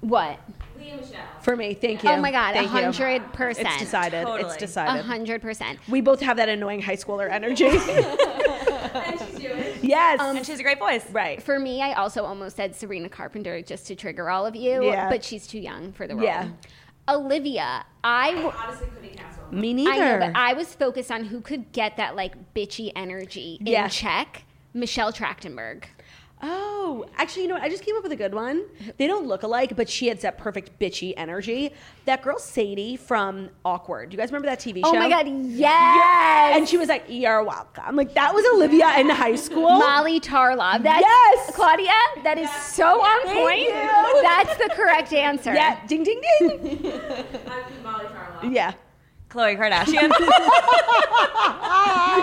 what?
Leah Michelle.
for me. Thank you.
Oh my God, a
Thank you.
hundred percent.
It's decided. It's
Totally.
A
decided.
hundred percent.
We both have that annoying high schooler energy.
And she's Jewish.
yes.
and she's a great voice.
right.
For me, I also almost said Serena Carpenter just to trigger all of you,
Yeah.
but she's too young for the role.
Yeah.
Olivia, I, w-
Honestly, couldn't cast one.
Me
I
neither.
know, but I was focused on who could get that like bitchy energy in
Yeah.
check. Michelle Trachtenberg.
oh, actually, you know what? I just came up with a good one. They don't look alike, but she has that perfect bitchy energy. That girl Sadie from Awkward. You guys remember that TV show?
Oh my god, yes.
Yes. And she was like, "You're welcome." Like that was Olivia in high school.
Molly Tarlov. That's
Yes.
Claudia, that is so on
Thank
point.
you.
That's the correct answer.
Yeah. Ding ding ding.
I'm Molly Charlotte.
yeah.
Chloe Kardashian.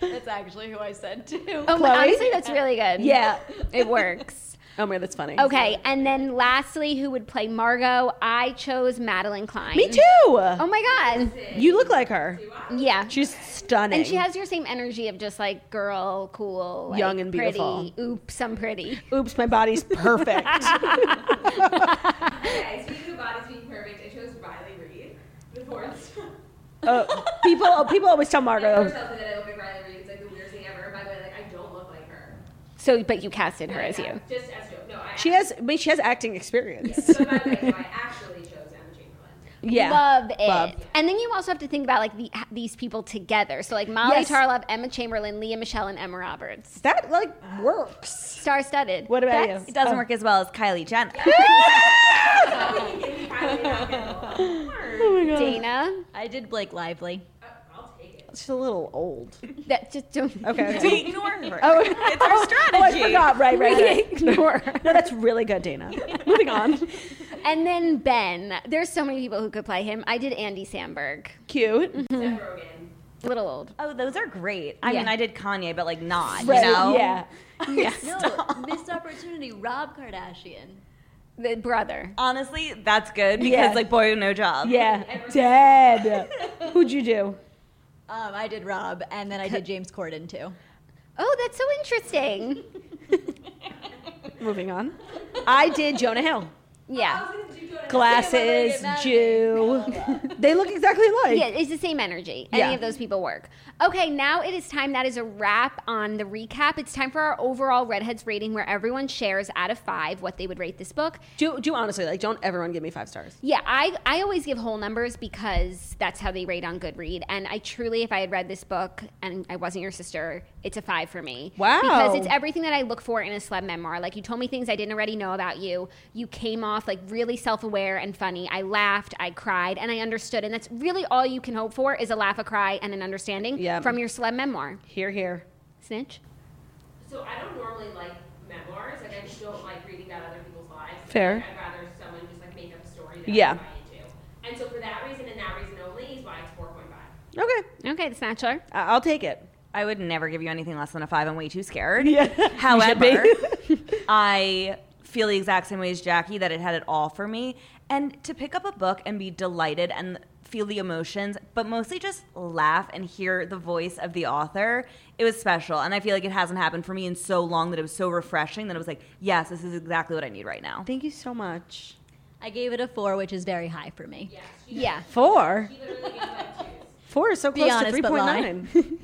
That's actually who I said too.
Oh, my-
Chloe?
honestly, that's really good.
Yeah.
It works.
Oh my, that's funny.
Okay, and then lastly, who would play Margot? I chose Madeline Klein.
Me too.
Oh my
you look like her.
god. Yeah.
She's stunning.
and she has your same energy of just like girl, cool, like,
Young and
pretty.
beautiful.
Oops, I'm pretty.
Oops, my body's perfect.
Okay, speaking of bodies being perfect, I chose Riley Reed, the fourth.
Oh, people, people always tell
Everyone
Margot.
tells me that I look like Riley Reed. It's like the weirdest thing ever. By the way, like I don't look like her.
So, but you casted her as
Yeah,
you.
Just as you. No, I,
She has, I mean, she has acting experience.
So by the way, I actually chose Emma Chamberlain.
Yeah,
Love it.
Love.
And then you also have to think about like the, these people together. So like Molly
Yes.
Tarlov, Emma Chamberlain, Leah Michelle, and Emma Roberts.
That like works.
Star studded.
What about you?
It doesn't work as well as Kylie Jenner.
Oh
Dana?
I did Blake Lively.
Uh,
She's a little old.
That just don't
Okay.
We ignore her. It's our
Oh, I
strategy.
forgot. Right, right, right.
ignore.
No, that's really good, Dana. Moving on.
and then Ben. There's so many people who could play him. I did Andy Samberg.
Cute.
A little old.
oh, those are great. I mean,
Yeah.
I did Kanye, but like not,
Right,
you know?
Yeah.
No, missed opportunity. Rob Kardashian.
The brother.
Honestly, that's good because
Yeah.
like boy, no job.
Yeah. Dead. Who'd you do?
Um, I did Rob, and then I did James Corden too.
Oh, that's so interesting.
Moving on. I did Jonah Hill.
Yeah.
Glasses, Jew. They look exactly alike.
Yeah, it's the same energy. Any
Yeah.
of those people work. Okay, now it is time. That is a wrap on the recap. It's time for our overall Redheads rating where everyone shares out of five what they would rate this book.
Do, do honestly, like, don't everyone give me five stars.
Yeah, I, I always give whole numbers because that's how they rate on Goodread. And I truly, if I had read this book and I wasn't your sister, it's a five for me.
Wow.
Because it's everything that I look for in a celeb memoir. Like, you told me things I didn't already know about you. You came off like really self aware and funny. I laughed, I cried, and I understood. And that's really all you can hope for is a laugh, a cry, and an understanding
Yep.
from your celeb memoir.
Here, here.
Snitch?
So I don't normally like memoirs. Like I just don't like reading about other people's lives.
Fair.
Like, I'd rather someone just like make up a story that
Yeah.
I buy into. And so for that reason and that reason only is why it's four point five.
Okay.
Okay, the Snatcher.
I- I'll take it.
I would never give you anything less than a five. I'm way too scared.
Yeah.
However,
You
I feel the exact same way as Jackie that it had it all for me. And to pick up a book and be delighted and feel the emotions, but mostly just laugh and hear the voice of the author, it was special. And I feel like it hasn't happened for me in so long that it was so refreshing that it was like, yes, this is exactly what I need right now.
Thank you so much.
I gave it a four, which is very high for me.
Yeah,
Four. Four is so close to
honest,
three
but
point
lie.
nine.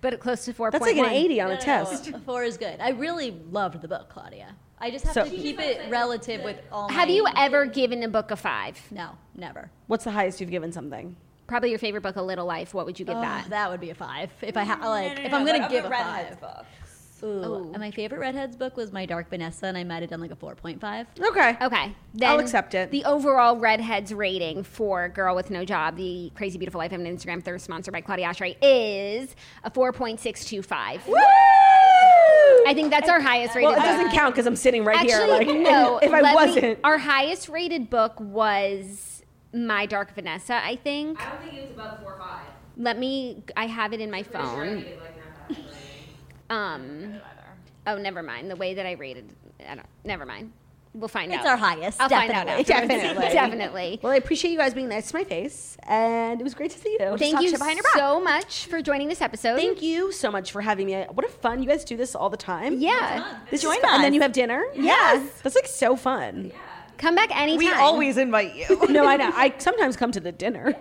but close to 4.1.
That's like an eighty on
No,
a
no, no,
test.
a four is good. I really loved the book, Claudia. I just have
So-
to keep it relative with all.
Have
my-
you ever given a book a five?
No, never.
What's the highest you've given something?
Probably your favorite book, A Little Life. What would you give
Oh,
that?
that would be a five. If I ha- like, if I'm gonna give a five.
book.
Ooh. And my favorite redheads book was My Dark Vanessa, and I might have done like a four point five.
Okay.
Okay, then
I'll accept it.
The overall redheads rating for Girl with No Job, the Crazy Beautiful Life of an Instagram Third, sponsored by Claudia Ashray, is a four point six two five.
Woo!
I think that's our highest rated.
Well, it
book.
doesn't count because I'm sitting right
Uh, Actually,
here. Like,
no.
if I
let me-
wasn't,
our highest rated book was My Dark Vanessa. I think.
I don't think it was above four five.
Let me. I have it in my
Pretty sure I
phone.
gave it like not that.
Um. Oh, never mind. The way that I rated, I don't. Never mind. We'll find out.
It's our highest.
I'll
definitely.
find out. afterwards.
Definitely.
Definitely.
well, I appreciate you guys being nice to my face, and it was great to see you.
Thank
talk
you
shit behind your back.
so much for joining this episode.
Thank you so much for having me. What a fun! You guys do this all the time.
Yeah.
This
Join
is fun.
us.
And then you have dinner.
Yes.
That's like so fun.
Come back anytime.
We always invite you.
No, I know. I sometimes come to the dinner.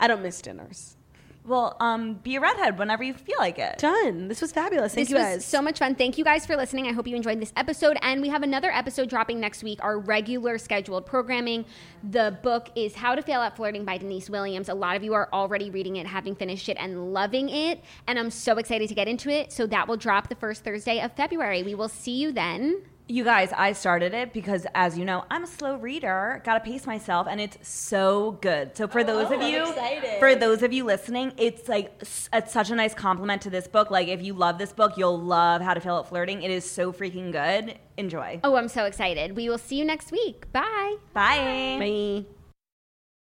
I don't miss dinners.
Well, um, be a redhead whenever you feel like it.
Done. This was fabulous. Thank
This
you
was
guys.
so much fun. Thank you guys for listening. I hope you enjoyed this episode. And we have another episode dropping next week, our regular scheduled programming. The book is How to Fail at Flirting by Denise Williams. A lot of you are already reading it, having finished it, and loving it. And I'm so excited to get into it. So that will drop the first Thursday of February. We will see you then.
You guys, I started it because, as you know, I'm a slow reader. Gotta pace myself, and it's so good. So for those of
Oh, I'm
you,
excited.
for those of you listening, it's like s- it's such a nice compliment to this book. Like if you love this book, you'll love How to Fail at Flirting. It is so
Oh.
freaking good. Enjoy.
Oh, I'm so excited. We will see you next week. Bye.
Bye.
Bye.